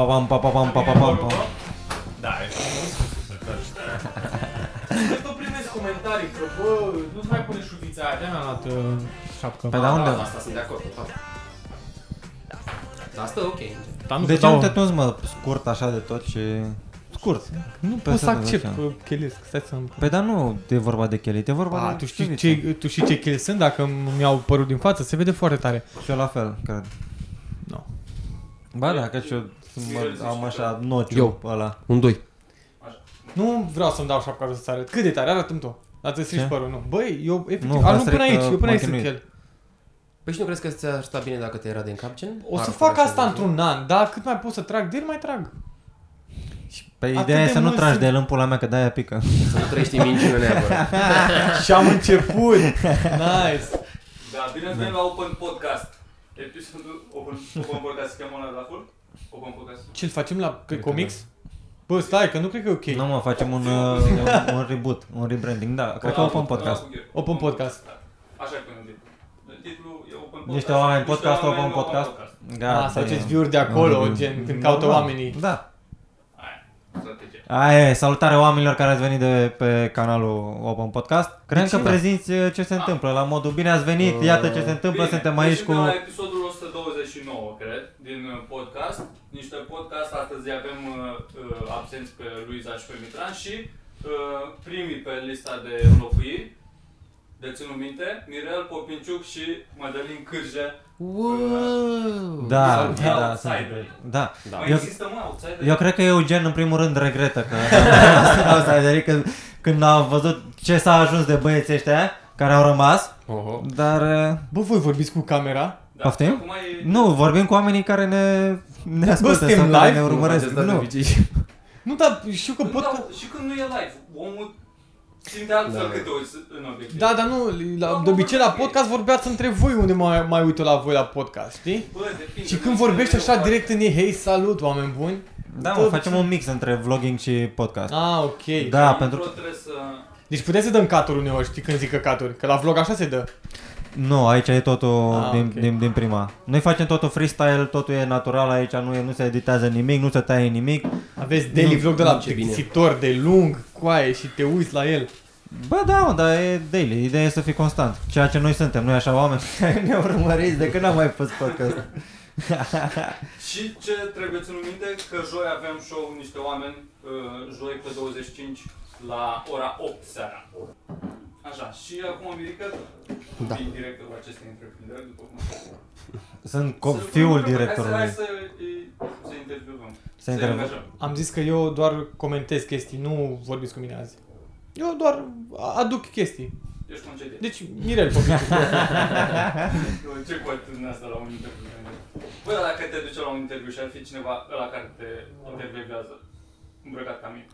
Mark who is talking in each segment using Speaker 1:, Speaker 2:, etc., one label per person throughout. Speaker 1: Pa, pam, pa, pa, pam, pa, pa, pam, pa.
Speaker 2: Da, e
Speaker 3: Tot primesc comentarii că, bă, nu-ți mai pune șuvița aia, de-aia mi-am luat uh, șapcă.
Speaker 1: Pe da unde?
Speaker 4: Da, asta sunt de acord cu toate. Dar stă ok.
Speaker 2: Dar nu
Speaker 1: De ce
Speaker 2: dau-
Speaker 1: nu Deci te
Speaker 3: da,
Speaker 1: tunzi, mă, scurt așa de tot și... Scurt.
Speaker 3: Nu
Speaker 1: Pe
Speaker 3: pot să
Speaker 1: asta
Speaker 3: accept
Speaker 1: duceam.
Speaker 3: că chelesc, stai să-mi...
Speaker 1: Păi dar nu e vorba de chelii, e vorba
Speaker 3: A,
Speaker 1: de
Speaker 3: tu știi,
Speaker 1: șuviță.
Speaker 3: ce, tu știi ce cheli sunt dacă mi-au părut din față? Se vede foarte tare.
Speaker 1: Și eu la fel, cred.
Speaker 3: Nu.
Speaker 1: Ba da, că și eu sunt, mă, am așa nociu
Speaker 4: Eu.
Speaker 1: ăla.
Speaker 4: Un 2.
Speaker 3: Nu vreau să-mi dau șapca jos să arăt. Cât de tare, arată-mi tu. Dar ți strici
Speaker 1: Ce?
Speaker 3: părul, nu. Băi, eu efectiv,
Speaker 1: Nu,
Speaker 3: nu,
Speaker 1: vă
Speaker 3: arunc
Speaker 1: stric
Speaker 3: până
Speaker 1: că
Speaker 3: aici, eu
Speaker 1: m-am
Speaker 3: până aici sunt
Speaker 1: chinuit.
Speaker 3: chel.
Speaker 4: Păi și nu crezi că ți-ar sta bine dacă te era din cap, gen?
Speaker 3: O să
Speaker 4: Ar
Speaker 3: fac
Speaker 4: putea
Speaker 3: asta
Speaker 4: vezi.
Speaker 3: într-un an, dar cât mai pot să trag de el, mai trag.
Speaker 1: Pe
Speaker 3: Atât
Speaker 1: păi, ideea e
Speaker 3: de
Speaker 1: să nu
Speaker 3: mult
Speaker 1: tragi
Speaker 3: sunt-
Speaker 1: de el în pula mea, că de-aia pică.
Speaker 4: Să nu trăiești în minciună neapărat.
Speaker 3: Și am început. Nice.
Speaker 5: Da, bine ați venit la Open Podcast. Episodul Open, Open Podcast se cheamă ăla de la full? Open Podcast.
Speaker 3: Ce-l facem la pe comics? Bă, stai, că nu cred că e ok.
Speaker 1: Nu mă, facem un, uh, un, un reboot, un rebranding, da, cred că
Speaker 5: Ăla
Speaker 1: open
Speaker 5: cu-
Speaker 1: podcast.
Speaker 5: ăla cu Gheorghe.
Speaker 3: Open podcast.
Speaker 5: Da. Așa e până în titlu. Titlul e Open Podcast.
Speaker 1: Niște oameni
Speaker 5: Niște
Speaker 1: podcast,
Speaker 5: oameni
Speaker 1: open podcast.
Speaker 3: A, Da, să faceți view-uri de acolo, gen, când caută oamenii.
Speaker 1: Da.
Speaker 5: Aia, strategie.
Speaker 1: Aia e, salutare oamenilor care ați venit de pe canalul Open Podcast. Cred că
Speaker 4: ce?
Speaker 1: prezinți uh, ce se întâmplă, la modul bine ați venit, iată ce se întâmplă,
Speaker 5: Bine, Deci,
Speaker 1: suntem aici
Speaker 5: ieșim
Speaker 1: cu...
Speaker 5: de la episodul 129, cred, din uh, podcast. Niște podcast, astăzi avem uh, uh, absenți pe Luiza și pe Mitran și uh, primii pe lista de înlocuiri, de ținut minte, Mirel Popinciuc și Mădălin Cârje.
Speaker 4: Wow!
Speaker 1: Da,
Speaker 5: Sau
Speaker 1: da, da,
Speaker 5: outsideri.
Speaker 1: sunt- da.
Speaker 4: Da.
Speaker 5: Mai
Speaker 1: Eu-
Speaker 5: există, mă, outsider?
Speaker 1: Eu cred că Eugen în primul rând regretă că asta, adică când a văzut ce s-a ajuns de băieții ăștia care au rămas,
Speaker 4: Oho.
Speaker 1: dar uh,
Speaker 3: Bă, voi vorbiți cu camera?
Speaker 5: Da,
Speaker 1: poftim?
Speaker 5: Acum e...
Speaker 1: nu, vorbim cu oamenii care ne, ne ascultă
Speaker 3: suntem
Speaker 1: sau care
Speaker 3: live?
Speaker 1: ne
Speaker 4: Nu
Speaker 1: urmăresc.
Speaker 4: faceți asta da, de
Speaker 1: Nu,
Speaker 4: obicei.
Speaker 3: Nu, dar știu că
Speaker 5: Nu,
Speaker 3: pot...
Speaker 5: dar și când nu e live, omul simte altfel
Speaker 4: Da.
Speaker 5: că te uiți în obiectiv.
Speaker 3: Da, dar nu, la, de obicei la podcast vorbeați între voi unde mai, mai uit eu la voi la podcast, știi?
Speaker 5: Bă, depinde.
Speaker 3: Și
Speaker 5: Nu
Speaker 3: când
Speaker 5: știu
Speaker 3: vorbești
Speaker 5: eu
Speaker 3: așa
Speaker 5: fac-
Speaker 3: direct în ei, hei, salut, oameni buni.
Speaker 1: Da,
Speaker 3: Tot
Speaker 1: mă, facem un mix între vlogging și podcast.
Speaker 3: Ah, ok.
Speaker 1: Da.
Speaker 5: Intro
Speaker 1: pentru că-
Speaker 5: trebuie să...
Speaker 3: Deci puteți să dăm caturi uneori, știi când zic că caturi? Că la vlog așa se dă.
Speaker 1: Nu, aici e totul
Speaker 3: Ah,
Speaker 1: din,
Speaker 3: ok.
Speaker 1: din, din, prima. Noi facem totul freestyle, totul e natural aici, nu, e, nu se editează nimic, nu se taie nimic.
Speaker 3: Aveți daily
Speaker 1: Nu,
Speaker 3: vlog de la
Speaker 4: nu, ce bine.
Speaker 3: plictisitor de lung, coaie și te uiți la el.
Speaker 1: Bă, da, mă, dar e daily, ideea e să fii constant. Ceea ce noi suntem, noi așa oameni care ne urmăriți de când am mai fost podcast.
Speaker 5: Și ce trebuie ținut minte, că joi avem show cu niște oameni, uh, joi pe 25 la ora 8 seara. Așa, și acum Mirica, da.
Speaker 4: Da.
Speaker 5: fiind directorul acestei întreprinderi, după cum
Speaker 1: Sunt
Speaker 5: Să-
Speaker 1: co- fiul
Speaker 5: hai să- Hai
Speaker 1: directorului.
Speaker 5: să, îi- să intervievăm.
Speaker 1: Să interviu.
Speaker 5: angajăm.
Speaker 3: Am zis că eu doar comentez chestii, nu vorbiți cu mine azi. Eu doar aduc chestii.
Speaker 5: Ești concediat.
Speaker 3: Deci, Mirel, Popescu.
Speaker 5: Ce cot în asta la un interviu? Bă, dar dacă te duce la un interviu și ar fi cineva ăla care te intervievează îmbrăcat ca mine,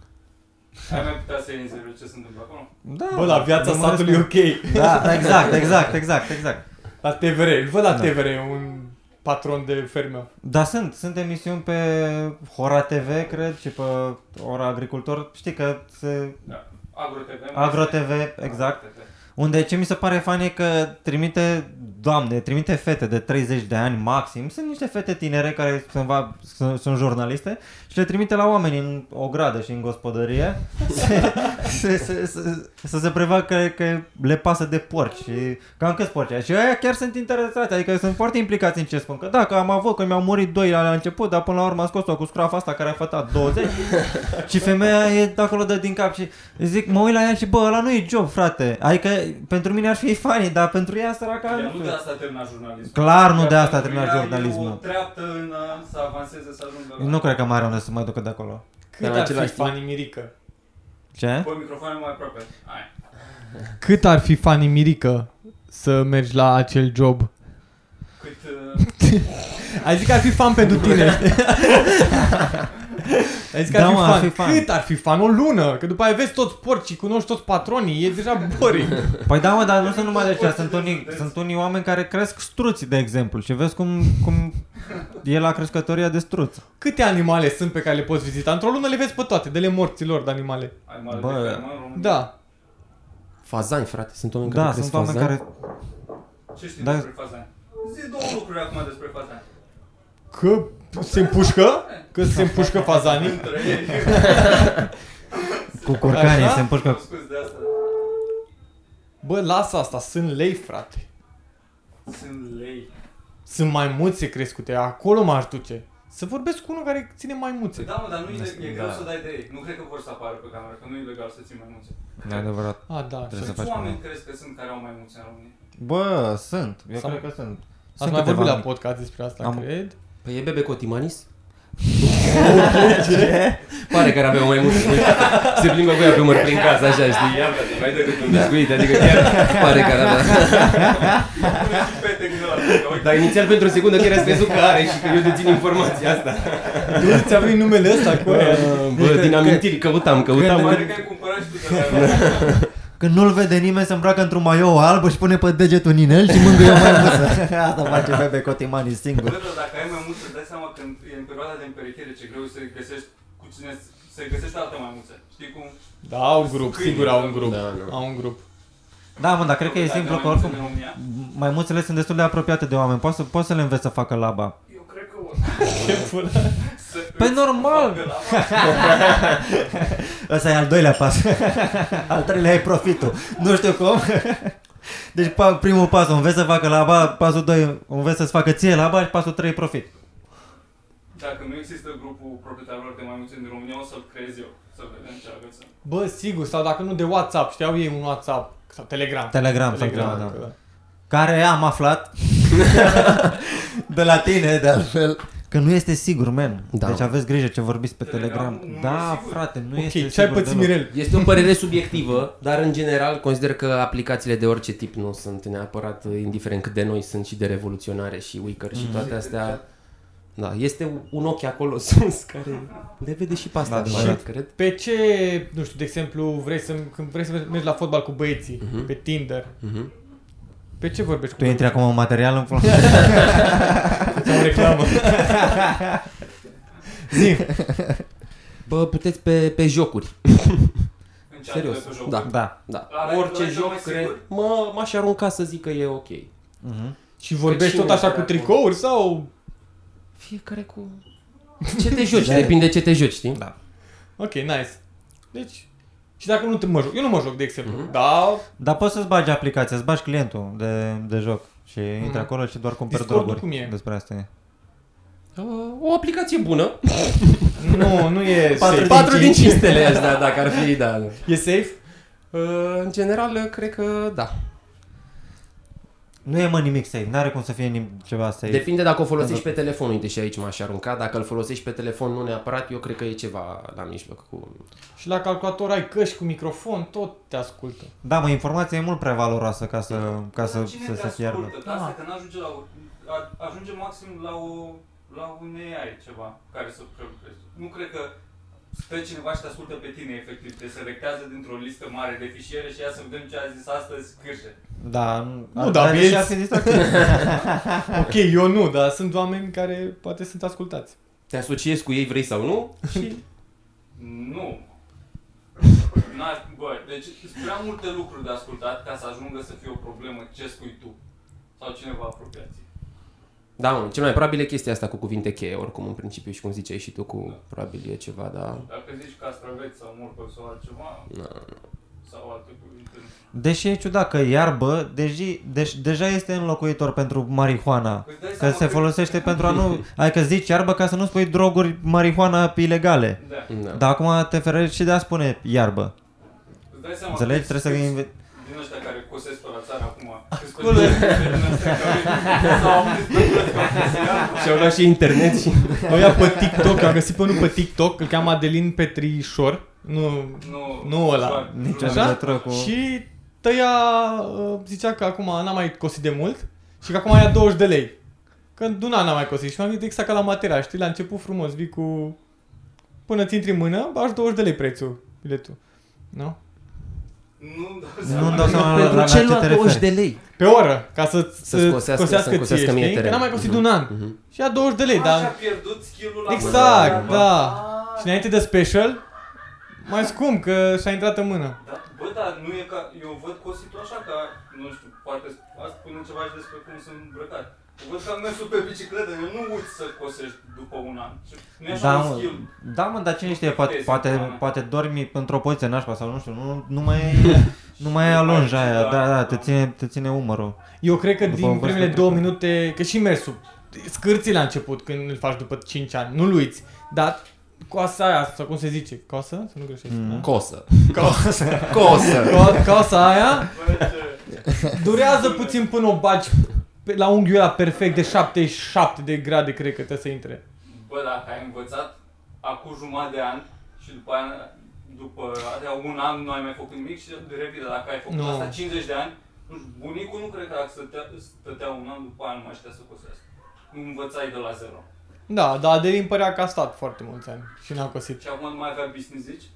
Speaker 5: ai mai putea să iei în serios ce se întâmplă acolo?
Speaker 1: Da,
Speaker 3: Bă, la viața
Speaker 1: urmăresc
Speaker 3: satului e
Speaker 1: pe-
Speaker 3: ok.
Speaker 1: Da, exact, exact, exact, exact.
Speaker 3: La TVR, îl văd la
Speaker 1: Da.
Speaker 3: TVR, un patron de fermă.
Speaker 1: Dar sunt, sunt emisiuni pe Hora TV, cred, și pe Ora Agricultor. Știi că se...
Speaker 5: Agro TV. mai
Speaker 1: Agro
Speaker 5: este-
Speaker 1: TV, exact.
Speaker 5: Agro TV.
Speaker 1: Unde ce mi se pare fan e că trimite, doamne, trimite fete de 30 de ani maxim, sunt niște fete tinere care cândva sunt, sunt jurnaliste și le trimite la oameni în o gradă și în gospodărie se, se, se, se, să se prevadă că, că le pasă de porci și cam câți porci ai. Și aia chiar sunt interesați, adică sunt foarte implicați în ce spun, că da, că am avut, că mi-au murit doi la la început, dar până la urmă a scos-o cu scroafa asta care a fătat 20 și femeia e acolo de din cap și zic, mă uit la ea și bă, ăla nu e job, frate. Adică pentru mine ar fi funny, dar pentru ea săraca
Speaker 5: Dar nu
Speaker 1: nu
Speaker 5: de
Speaker 1: știu.
Speaker 5: asta termina jurnalismul.
Speaker 1: Clar nu de asta
Speaker 5: Pentru
Speaker 1: termina
Speaker 5: ea E
Speaker 1: jurnalismul.
Speaker 5: o treaptă în a, să avanseze, să ajungă la...
Speaker 1: Nu cred că mai are unde să mai ducă de acolo.
Speaker 3: Cât
Speaker 4: în
Speaker 3: ar fi
Speaker 4: același timp-
Speaker 3: fanii Mirică?
Speaker 1: Ce?
Speaker 5: Pui microfonul mai aproape. Hai.
Speaker 3: Cât ar fi fanii Mirică să mergi la acel job?
Speaker 5: Cât... uh,
Speaker 3: Ai zis că ar fi fan pentru tine. Ai zis că
Speaker 1: Da,
Speaker 3: ar, fi
Speaker 1: mă,
Speaker 3: fan. ar fi fan. Cât ar fi fan? O lună. Că după aia vezi toți porcii, cunoști toți patronii, e deja boring.
Speaker 1: Păi da, mă, dar nu sunt numai de aceea. Sunt unii, sunt unii oameni care cresc struți, de exemplu, și vezi cum, cum e la crescătoria de struți.
Speaker 3: Câte animale sunt pe care le poți vizita? Într-o lună le vezi pe toate, de le morților de animale.
Speaker 5: Ai mare de
Speaker 1: Bă.
Speaker 5: fermă în România?
Speaker 3: Da.
Speaker 4: Fazani, frate, sunt oameni
Speaker 1: Da,
Speaker 4: care cresc
Speaker 1: sunt oameni
Speaker 4: fazani.
Speaker 1: care...
Speaker 5: Ce știi
Speaker 1: Da.
Speaker 5: despre faza aia? Zi două lucruri acum despre faza aia.
Speaker 3: Că se împușcă, că se împușcă fazanii.
Speaker 5: Între ei.
Speaker 1: Cu curcanii
Speaker 3: Așa?
Speaker 1: se împușcă.
Speaker 5: Scuze de asta.
Speaker 3: Bă, lasă asta, sunt lei, frate.
Speaker 5: Sunt lei.
Speaker 3: Sunt maimuțe crescute, acolo m-aș duce. Să vorbesc cu unul care ține maimuțe.
Speaker 5: Da, mă, dar nu e, e
Speaker 4: Da.
Speaker 5: greu să o dai de ei. Nu cred că vor să apară pe cameră, că nu e legal să ții mai mulți.
Speaker 1: E adevărat.
Speaker 3: A, da, așa.
Speaker 1: Trebuie să
Speaker 5: Câți
Speaker 1: faci
Speaker 5: oameni
Speaker 1: mai-
Speaker 5: crezi că sunt care au mai mulți în România?
Speaker 1: Bă, sunt. Eu
Speaker 3: Sau-
Speaker 1: cred că sunt.
Speaker 3: Ați
Speaker 1: Sunt
Speaker 3: mai vorbit
Speaker 1: câteva
Speaker 3: la podcast despre asta,
Speaker 1: Am-
Speaker 3: cred.
Speaker 4: Păi e bebe Cotimanis? Pare că ar avea mai mult Se plimbă cu ea pe măr prin casă, așa, știi?
Speaker 5: Ia, frate, mai decât
Speaker 1: Da.
Speaker 5: un
Speaker 4: Biscuit, adică chiar pare că ar avea.
Speaker 5: pete din ăla. Uite,
Speaker 1: Da,
Speaker 4: Dar inițial pentru o secundă chiar ați crezut că are și că eu dețin informația asta.
Speaker 3: De unde ți-a venit numele ăsta
Speaker 4: Păi,
Speaker 3: acolo?
Speaker 4: Bă, din amintiri, căutam, căutam.
Speaker 5: Pare
Speaker 4: mă.
Speaker 5: da, că ai cumpărat și tu de la
Speaker 1: Când nu-l vede nimeni, se îmbracă într-un maiou alb, își pune pe degetul în inel și mângâie o maimuță. Asta face Bebe Cotimani
Speaker 5: Bă,
Speaker 1: singur.
Speaker 5: dar dacă ai mai mulți, îți dai seama când e în perioada de împerechiere ce greu e să găsești cu cine să găsești alte mai mulți. Știi cum?
Speaker 3: Da, au un grup, sigur au un grup.
Speaker 4: Da, nu.
Speaker 3: Au un grup.
Speaker 1: Da, mă, dar cred că e
Speaker 5: Dacă
Speaker 1: simplu
Speaker 5: ai
Speaker 1: că
Speaker 5: mai mulți
Speaker 1: oricum
Speaker 5: în România,
Speaker 1: maimuțele sunt destul de apropiate de oameni. Poți să, poți să le înveți să facă laba.
Speaker 5: Eu cred că o să
Speaker 1: Păi
Speaker 5: îți
Speaker 1: normal.
Speaker 5: facă la-
Speaker 1: Ăsta e al doilea pas. al treilea e profitul. Nu știu cum. Deci pa- primul pas, o înveți să facă laba, pasul 2, o înveți să-ți facă ție laba și pasul 3 profit.
Speaker 5: Dacă nu există grupul proprietarilor de mai mulți în România, o să-l creez eu. Să vedem ce agățăm.
Speaker 3: Bă, sigur, sau dacă nu de WhatsApp, știau ei un WhatsApp sau Telegram.
Speaker 1: Telegram,
Speaker 3: Telegram,
Speaker 1: Telegram sau ceva, da.
Speaker 3: da.
Speaker 1: Care am aflat de la tine, de altfel. Că nu este sigur, man.
Speaker 4: Da.
Speaker 1: Deci aveți grijă ce vorbiți pe Telegram.
Speaker 5: Telegram nu e
Speaker 1: da,
Speaker 5: sigur.
Speaker 1: frate, nu este
Speaker 3: Ok, ce ai
Speaker 1: sigur
Speaker 3: pățit,
Speaker 1: deloc.
Speaker 3: Mirel?
Speaker 4: Este o părere subiectivă, dar în general consider că aplicațiile de orice tip nu sunt neapărat, uh, indiferent cât de noi sunt și de revoluționare și Wicker și toate astea. Da, este un ochi acolo sus care le vede și pe astea,
Speaker 1: Da,
Speaker 4: da,
Speaker 1: adevărat.
Speaker 4: cred.
Speaker 3: Pe ce, nu știu, de exemplu, vrei să, când vrei să mergi la fotbal cu băieții, uh-huh. pe Tinder,
Speaker 4: Mhm.
Speaker 3: pe ce vorbești cu
Speaker 1: Tu intri acum în material în plan.
Speaker 3: băieții? Sau reclamă? Zi,
Speaker 4: Bă, puteți pe, pe jocuri.
Speaker 5: Încearcă
Speaker 4: Serios,
Speaker 5: pe jocul.
Speaker 4: da.
Speaker 1: da.
Speaker 4: Da.
Speaker 5: Are-
Speaker 4: Orice
Speaker 5: are cel mai
Speaker 4: joc,
Speaker 5: sigur.
Speaker 4: cred, mă, m-aș arunca să zic că e ok.
Speaker 1: Mhm.
Speaker 3: și vorbești
Speaker 4: Cine
Speaker 3: tot așa cu
Speaker 4: dracu?
Speaker 3: tricouri sau...
Speaker 4: Fiecare cu... Ce te joci, depinde ce te joci, știi?
Speaker 1: Da.
Speaker 3: Ok, nice. Deci, și dacă nu te mă joc, eu nu mă joc, de exemplu, uh-huh. da,
Speaker 1: Dar poți să-ți bagi aplicația, îți bagi clientul de, de joc și intri
Speaker 3: Mhm.
Speaker 1: acolo și doar cumperi
Speaker 3: Discordul
Speaker 1: droguri.
Speaker 3: cum e?
Speaker 1: Despre asta e.
Speaker 4: Uh, O aplicație bună.
Speaker 3: nu, nu e safe.
Speaker 4: 4 din 5 stele, aș da, dacă ar fi, da.
Speaker 3: E safe?
Speaker 4: Uh, În general, cred că da.
Speaker 1: Nu e mă nimic safe, n-are cum să fie nim- ceva safe.
Speaker 4: Depinde dacă o folosești pe telefon, uite și aici m-aș arunca, dacă îl folosești pe telefon nu neapărat, eu cred că e ceva la mijloc cu...
Speaker 3: Și la calculator ai căști cu microfon, tot te ascultă.
Speaker 1: da, mă, informația e mult prea valoroasă ca să, ca să,
Speaker 5: Cine
Speaker 1: să
Speaker 5: te
Speaker 1: se fiarbă.
Speaker 5: ascultă? Că Da, Asta că n-ajunge la o, a- ajunge maxim la o la un AI ceva care să prelucreze. Nu cred că stă cineva și te ascultă pe tine efectiv, te selectează dintr-o listă mare de fișiere și ia să vedem ce a zis astăzi cârșe.
Speaker 1: Da,
Speaker 3: Nu, dar
Speaker 1: deși
Speaker 3: vezi-
Speaker 1: ar fi distractiv. Ah.
Speaker 3: Ok, eu nu, dar sunt oameni care poate sunt ascultați.
Speaker 4: Te asociezi cu ei, vrei sau nu? Și...
Speaker 5: Nu. N-aș, bă, deci sunt prea multe lucruri de ascultat ca să ajungă să fie o problemă ce spui tu sau cineva apropiație.
Speaker 4: Da, mă, cel mai probabil e chestia asta cu cuvinte cheie, oricum, în principiu, și cum ziceai și tu, cu probabil e ceva, da...
Speaker 5: Dacă zici castraveți sau morcov sau altceva,
Speaker 4: Na.
Speaker 5: sau alte cuvinte,
Speaker 1: Deși e ciudat că iarbă, deși, deci, deja este înlocuitor pentru marihuana.
Speaker 5: Păi Îți dai
Speaker 1: Că
Speaker 5: seama
Speaker 1: se folosește pentru a nu... Adică zici iarbă ca să nu spui droguri marihuana ilegale.
Speaker 5: Da.
Speaker 4: Da.
Speaker 1: Dar acum te ferești și de a spune iarbă.
Speaker 5: Îți dai seama
Speaker 1: Înțelegi? Trebuie
Speaker 5: câți-
Speaker 1: să... Ah,
Speaker 5: câți
Speaker 1: inve-
Speaker 5: Din ăștia care cosesc pe la țară acum. Acolo! Sau auzit pe toți că au fost iarbă.
Speaker 4: Și-au luat și internet și...
Speaker 3: Oia pe TikTok, am găsit pe unul pe TikTok, îl cheamă Adelin Petrișor, nu,
Speaker 5: Nu,
Speaker 3: Nu ăla.
Speaker 5: Joan,
Speaker 1: Nici
Speaker 5: Joan.
Speaker 1: în
Speaker 3: Așa?
Speaker 1: legătură cu...
Speaker 3: și tăia, uh, zicea că acum n-a mai cosit de mult și că acum ia 20 de lei. Când una n-a mai cosit și mi-am gândit exact ca la materia, știi, la început frumos, vii cu... Până ți intri în mână, bași 20 de lei prețul, biletul. Nu?
Speaker 5: Nu-mi dau
Speaker 1: Nu-mi
Speaker 5: seama.
Speaker 1: dau seama la, la, la ce te referi.
Speaker 4: lei?
Speaker 3: Pe oră, ca să
Speaker 4: Să scosească, să-mi
Speaker 3: ție,
Speaker 4: cosească mie
Speaker 3: știi? Că
Speaker 4: teren.
Speaker 3: n-am mai cosit de
Speaker 4: Mhm,
Speaker 3: un an.
Speaker 4: mhm.
Speaker 3: Și ia 20 de lei,
Speaker 5: Așa a
Speaker 3: dar...
Speaker 5: pierdut skill-ul la
Speaker 3: Exact,
Speaker 5: mână.
Speaker 3: da.
Speaker 5: Ah,
Speaker 3: Și înainte de special, mai scump, că și-a intrat în mână.
Speaker 5: Da, bă, dar nu e ca... Eu văd cositul așa ca, nu știu, poate ați spune ceva și despre cum sunt îmbrăcat. Văd că am mers pe bicicletă, eu nu uiți să cosești după un an. Nu e
Speaker 1: Da,
Speaker 5: așa un
Speaker 1: mă,
Speaker 5: skill.
Speaker 1: da, mă, dar cine știe, poate,
Speaker 5: Puteți,
Speaker 1: poate,
Speaker 5: da.
Speaker 1: poate dormi într-o poziție nașpa sau nu știu, nu, nu mai e, nu mai e
Speaker 5: Nu mai
Speaker 1: alonja
Speaker 5: e,
Speaker 1: aia,
Speaker 5: da,
Speaker 1: da, da,
Speaker 5: da.
Speaker 1: te ține, te ține umărul.
Speaker 3: Eu cred că
Speaker 1: După o
Speaker 3: din
Speaker 1: vârstă
Speaker 3: primele
Speaker 1: de
Speaker 3: două
Speaker 1: trecut.
Speaker 3: minute, că și mersul, scârții la început când îl faci după 5 ani, nu-l uiți, dar coasa aia, sau cum se zice, coasă? Să nu greșesc,
Speaker 1: Mm.
Speaker 3: mm.
Speaker 4: Cosă.
Speaker 3: Coasă.
Speaker 4: Cosă.
Speaker 3: Co- coasa aia
Speaker 5: Bă, ce-
Speaker 3: durează puțin până o bagi pe- la unghiul ăla perfect de 77 de grade, cred că trebuie să intre.
Speaker 5: Bă, dacă ai învățat acum jumătate de an și după aia, după aia un an nu ai mai făcut nimic și repede, dacă ai făcut
Speaker 3: Nu.
Speaker 5: asta 50 de ani, nu știu, bunicul nu cred că dacă stătea, stătea un an după aia nu mai știa să cosească. Nu învățai de la zero.
Speaker 3: Da, dar Adelin părea că a stat foarte mulți ani și n-a cosit.
Speaker 5: Și acum nu mai avea business, zici?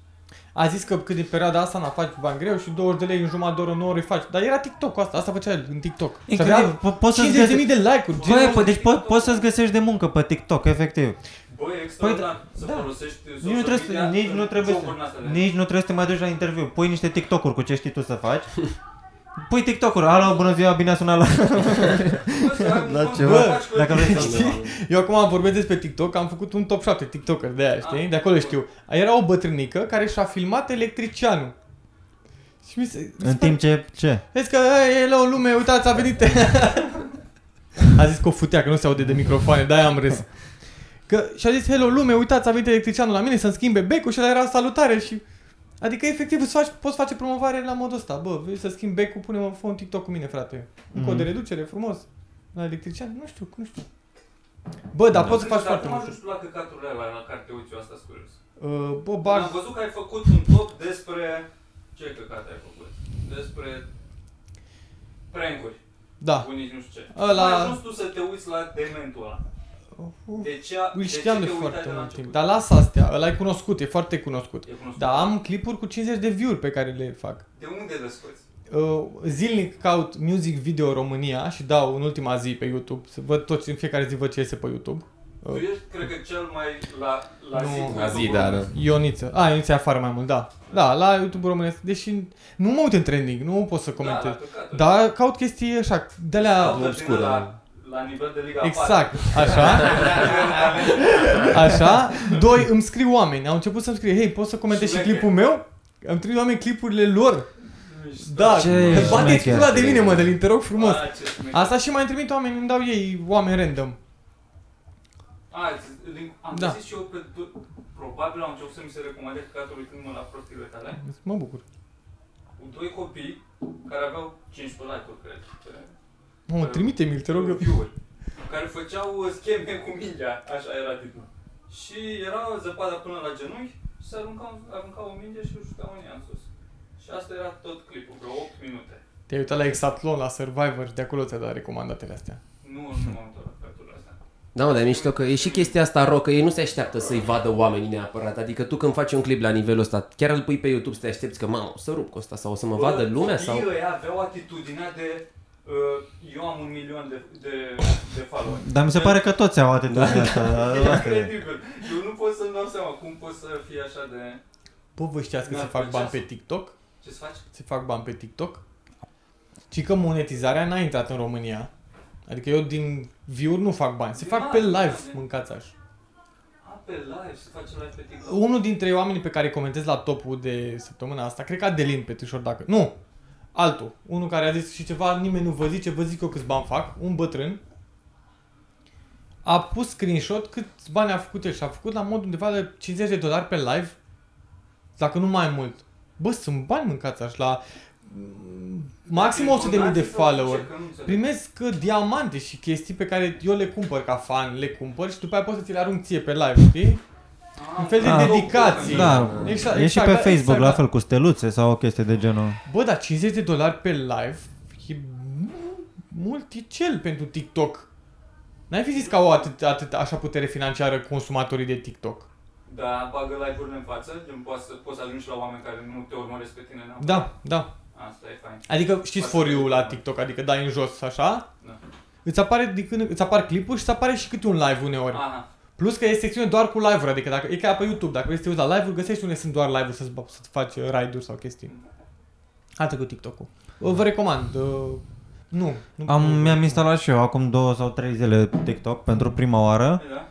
Speaker 3: A zis că cât din perioada asta n-a faci bani greu și 20 de lei în jumătate de oră, 9 ori faci. Dar era TikTok cu asta, asta făcea el în TikTok. Și avea
Speaker 1: Incredibil, po- poți să-ți
Speaker 3: 50.000 de
Speaker 1: găsești...
Speaker 3: like-uri.
Speaker 1: Băi,
Speaker 3: genul-
Speaker 1: pă- deci po- poți să-ți găsești de muncă pe TikTok, efectiv.
Speaker 5: Bă, e extraordinar să
Speaker 1: da.
Speaker 5: folosești
Speaker 1: Nici nu,
Speaker 5: social
Speaker 1: trebuie să,
Speaker 5: media
Speaker 1: nici,
Speaker 5: în
Speaker 1: nu trebuie să,
Speaker 5: joburi din astea de-
Speaker 1: nici nu trebuie să te mai duci la interviu. Pui niște TikTok-uri cu ce știi tu să faci. Pui TikTok-uri. Alo, bună ziua, bine a sunat la...
Speaker 5: Bă, să ai un
Speaker 2: La
Speaker 5: cont
Speaker 2: ceva.
Speaker 5: de Deci, faci cu
Speaker 1: Dacă vrei
Speaker 5: el.
Speaker 1: să-
Speaker 3: Eu acum vorbesc despre TikTok, am făcut un top 7 TikToker de aia, știi?
Speaker 5: Ah,
Speaker 3: De acolo
Speaker 5: bun.
Speaker 3: știu. Era o bătrânică care și-a filmat electricianul. Și mi se...
Speaker 1: În timp ce... ce?
Speaker 3: Vezi că "Ei, hello lume, uitați, a venit A zis că o futea, că nu se aude de microfoane, de-aia am râs că, Și a zis, hello lume, uitați, a venit electricianul la mine să-mi schimbe becul și ăla era salutare și Adică efectiv îți faci, poți face promovare la modul ăsta Bă, vrei să schimbi becul, pune-mă, fă un TikTok cu mine, frate Un cod de
Speaker 5: Mm.
Speaker 1: Mhm.
Speaker 3: reducere, frumos La electrician, nu știu, nu știu Bă, dar poți să faci
Speaker 5: Dar
Speaker 3: foarte
Speaker 5: Cum
Speaker 3: multe
Speaker 5: ajungi tu la căcaturile alea la care te uiți eu asta scurios?
Speaker 3: Uh, Bă,
Speaker 5: Bar...
Speaker 3: bar,
Speaker 5: Am văzut că ai făcut un top despre... Ce căcat ai făcut? Despre... Prank-uri.
Speaker 3: da
Speaker 5: Bunici nu știu ce.
Speaker 3: Ăla-
Speaker 5: Ăla... Ai ajuns tu să te uiți la dementul ăla.
Speaker 3: Uh,
Speaker 5: De ce, a...
Speaker 3: Îl
Speaker 5: de ce
Speaker 3: știam de
Speaker 5: te uitai
Speaker 3: foarte
Speaker 5: de la
Speaker 3: mult
Speaker 5: început?
Speaker 3: timp Dar lasă astea, ăla e cunoscut, e foarte cunoscut
Speaker 5: E cunoscut.
Speaker 3: Da, am clipuri cu 50 de view-uri pe care le fac.
Speaker 5: De unde le scoți?
Speaker 3: Uh, zilnic caut Music Video România și dau în ultima zi pe YouTube. Să văd tot, ce- în fiecare zi văd ce iese pe YouTube.
Speaker 5: Tu
Speaker 3: Uh,
Speaker 5: ești, cred că, cel mai la, la
Speaker 3: Nu, uh,
Speaker 5: zi. cu
Speaker 4: La zi,
Speaker 5: YouTube-ul.
Speaker 4: da, da.
Speaker 3: Ioniță. A, Ioniță e afară mai mult, da. Da, la YouTube românesc. Deși nu mă uit în trending, nu pot să comentez.
Speaker 5: Da, la căcaturi.
Speaker 3: Dar caut chestii așa, de
Speaker 5: Sau
Speaker 3: la...
Speaker 5: de
Speaker 4: obscură.
Speaker 5: la, la nivel de Liga 4.
Speaker 3: da, Exact, așa, așa. Doi, îmi scriu oameni. Au început să-mi scrie, hei, poți să comentezi și
Speaker 5: Șmecher.
Speaker 3: clipul meu? Îmi trimit oameni clipurile lor. Da,
Speaker 1: Ce
Speaker 3: bateți
Speaker 1: șmecher.
Speaker 3: pula de mine, Mădălin, te rog frumos.
Speaker 5: A, ce smecher.
Speaker 3: Asta și mai îmi trimit oameni, îmi dau ei oameni random.
Speaker 5: A, link- am
Speaker 3: Da.
Speaker 5: da. găsit și eu pe... do- Probabil am început să mi se recomande căcatul lui când mă la prostiile tale.
Speaker 3: Mă bucur.
Speaker 5: Cu doi copii care aveau 15 like-uri, cred. pe- Da.
Speaker 3: Mă, trimite mi te rog eu.
Speaker 5: review-uri, care făceau uh, scheme cu mingea, așa era titlul. Și era zăpada până la genunchi și se aruncau, aruncau o minge și o jucau în ea în sus. Și asta era tot clipul, vreo 8 minute.
Speaker 3: Te-ai uitat la Exatlon, la Survivor și de acolo ți-a dat recomandatele astea.
Speaker 5: Nu, nu m-am întors la capitolul ăsta.
Speaker 4: Da, mă, dar e mișto că e și chestia asta ro, că ei nu se așteaptă să-i vadă oamenii neapărat. Adică tu când faci un clip la nivelul ăsta, chiar îl pui pe YouTube să te aștepți că, mamă, o să rup cu ăsta sau o să mă vadă lumea sau...
Speaker 5: Copiii ăia aveau atitudinea de uh, eu am un milion de, de, de followeri.
Speaker 1: Dar mi se pare că toți au atitudinea asta.
Speaker 5: E
Speaker 1: Asta e.
Speaker 5: Da. Incredibil. Eu nu pot să-mi dau seama cum pot să fie așa de...
Speaker 3: Bă, vă știați că
Speaker 5: Da,
Speaker 3: se fac
Speaker 5: pe
Speaker 3: bani
Speaker 5: ceas.
Speaker 3: pe TikTok?
Speaker 5: Ce să faci?
Speaker 3: Se fac bani pe TikTok? Ci că monetizarea n-a intrat în România. Adică eu din view nu fac bani. Se
Speaker 5: Din
Speaker 3: fac
Speaker 5: bani,
Speaker 3: pe
Speaker 5: da,
Speaker 3: live,
Speaker 5: din-
Speaker 3: mâncați aș.
Speaker 5: A, pe live, se face live pe TikTok.
Speaker 3: Unul dintre oamenii pe care îi comentez la topul de săptămâna asta, cred că Adelin Petrișor, dacă... Nu! Altul. Unul care a zis și ceva, nimeni nu vă zice, vă zic eu câți bani fac. Un bătrân a pus screenshot cât bani a făcut el și a făcut la mod undeva de 50 de dolari pe live, dacă nu mai mult. Bă, sunt bani mâncați așa la mm, maxim 100.000 de follower.
Speaker 5: Prim...
Speaker 3: Primesc uh, diamante și chestii pe care eu le cumpăr ca fan, le cumpăr și după aia pot să ți le arunc ție pe live, știi? un fel de
Speaker 1: Ah.
Speaker 3: dedicații.
Speaker 1: Da,
Speaker 3: Exact,
Speaker 1: e și
Speaker 3: exact,
Speaker 1: pe
Speaker 3: da,
Speaker 1: Facebook
Speaker 3: exact,
Speaker 1: la
Speaker 3: da.
Speaker 1: fel, cu steluțe sau o chestie de genul.
Speaker 3: Bă, dar 50 de dolari pe live e multicel pentru TikTok. N-ai fi zis că au atât, atât așa putere financiară consumatorii de TikTok.
Speaker 5: Da, bagă live-urile în față, gen poți să, poți să ajungi la oameni care nu te urmăresc pe tine neapărat.
Speaker 3: Da, da.
Speaker 5: Asta e fain.
Speaker 3: Adică știți for you la TikTok, adică dai în jos așa.
Speaker 5: Da.
Speaker 3: Îți, apare din când, îți apar clipuri și îți apare și câte un live uneori.
Speaker 5: Aha,
Speaker 3: Plus că e secțiune doar cu live-uri, adică dacă, e ca pe YouTube, dacă vrei să te uiți la live-uri, găsești unde sunt doar live-uri să-ți, să faci uh, raid-uri sau chestii. Atât cu TikTok-ul. Uh, Vă recomand. uh, Nu. nu
Speaker 1: Am,
Speaker 3: nu-
Speaker 1: mi-am instalat și eu acum două sau trei zile TikTok pentru prima oară
Speaker 5: Da?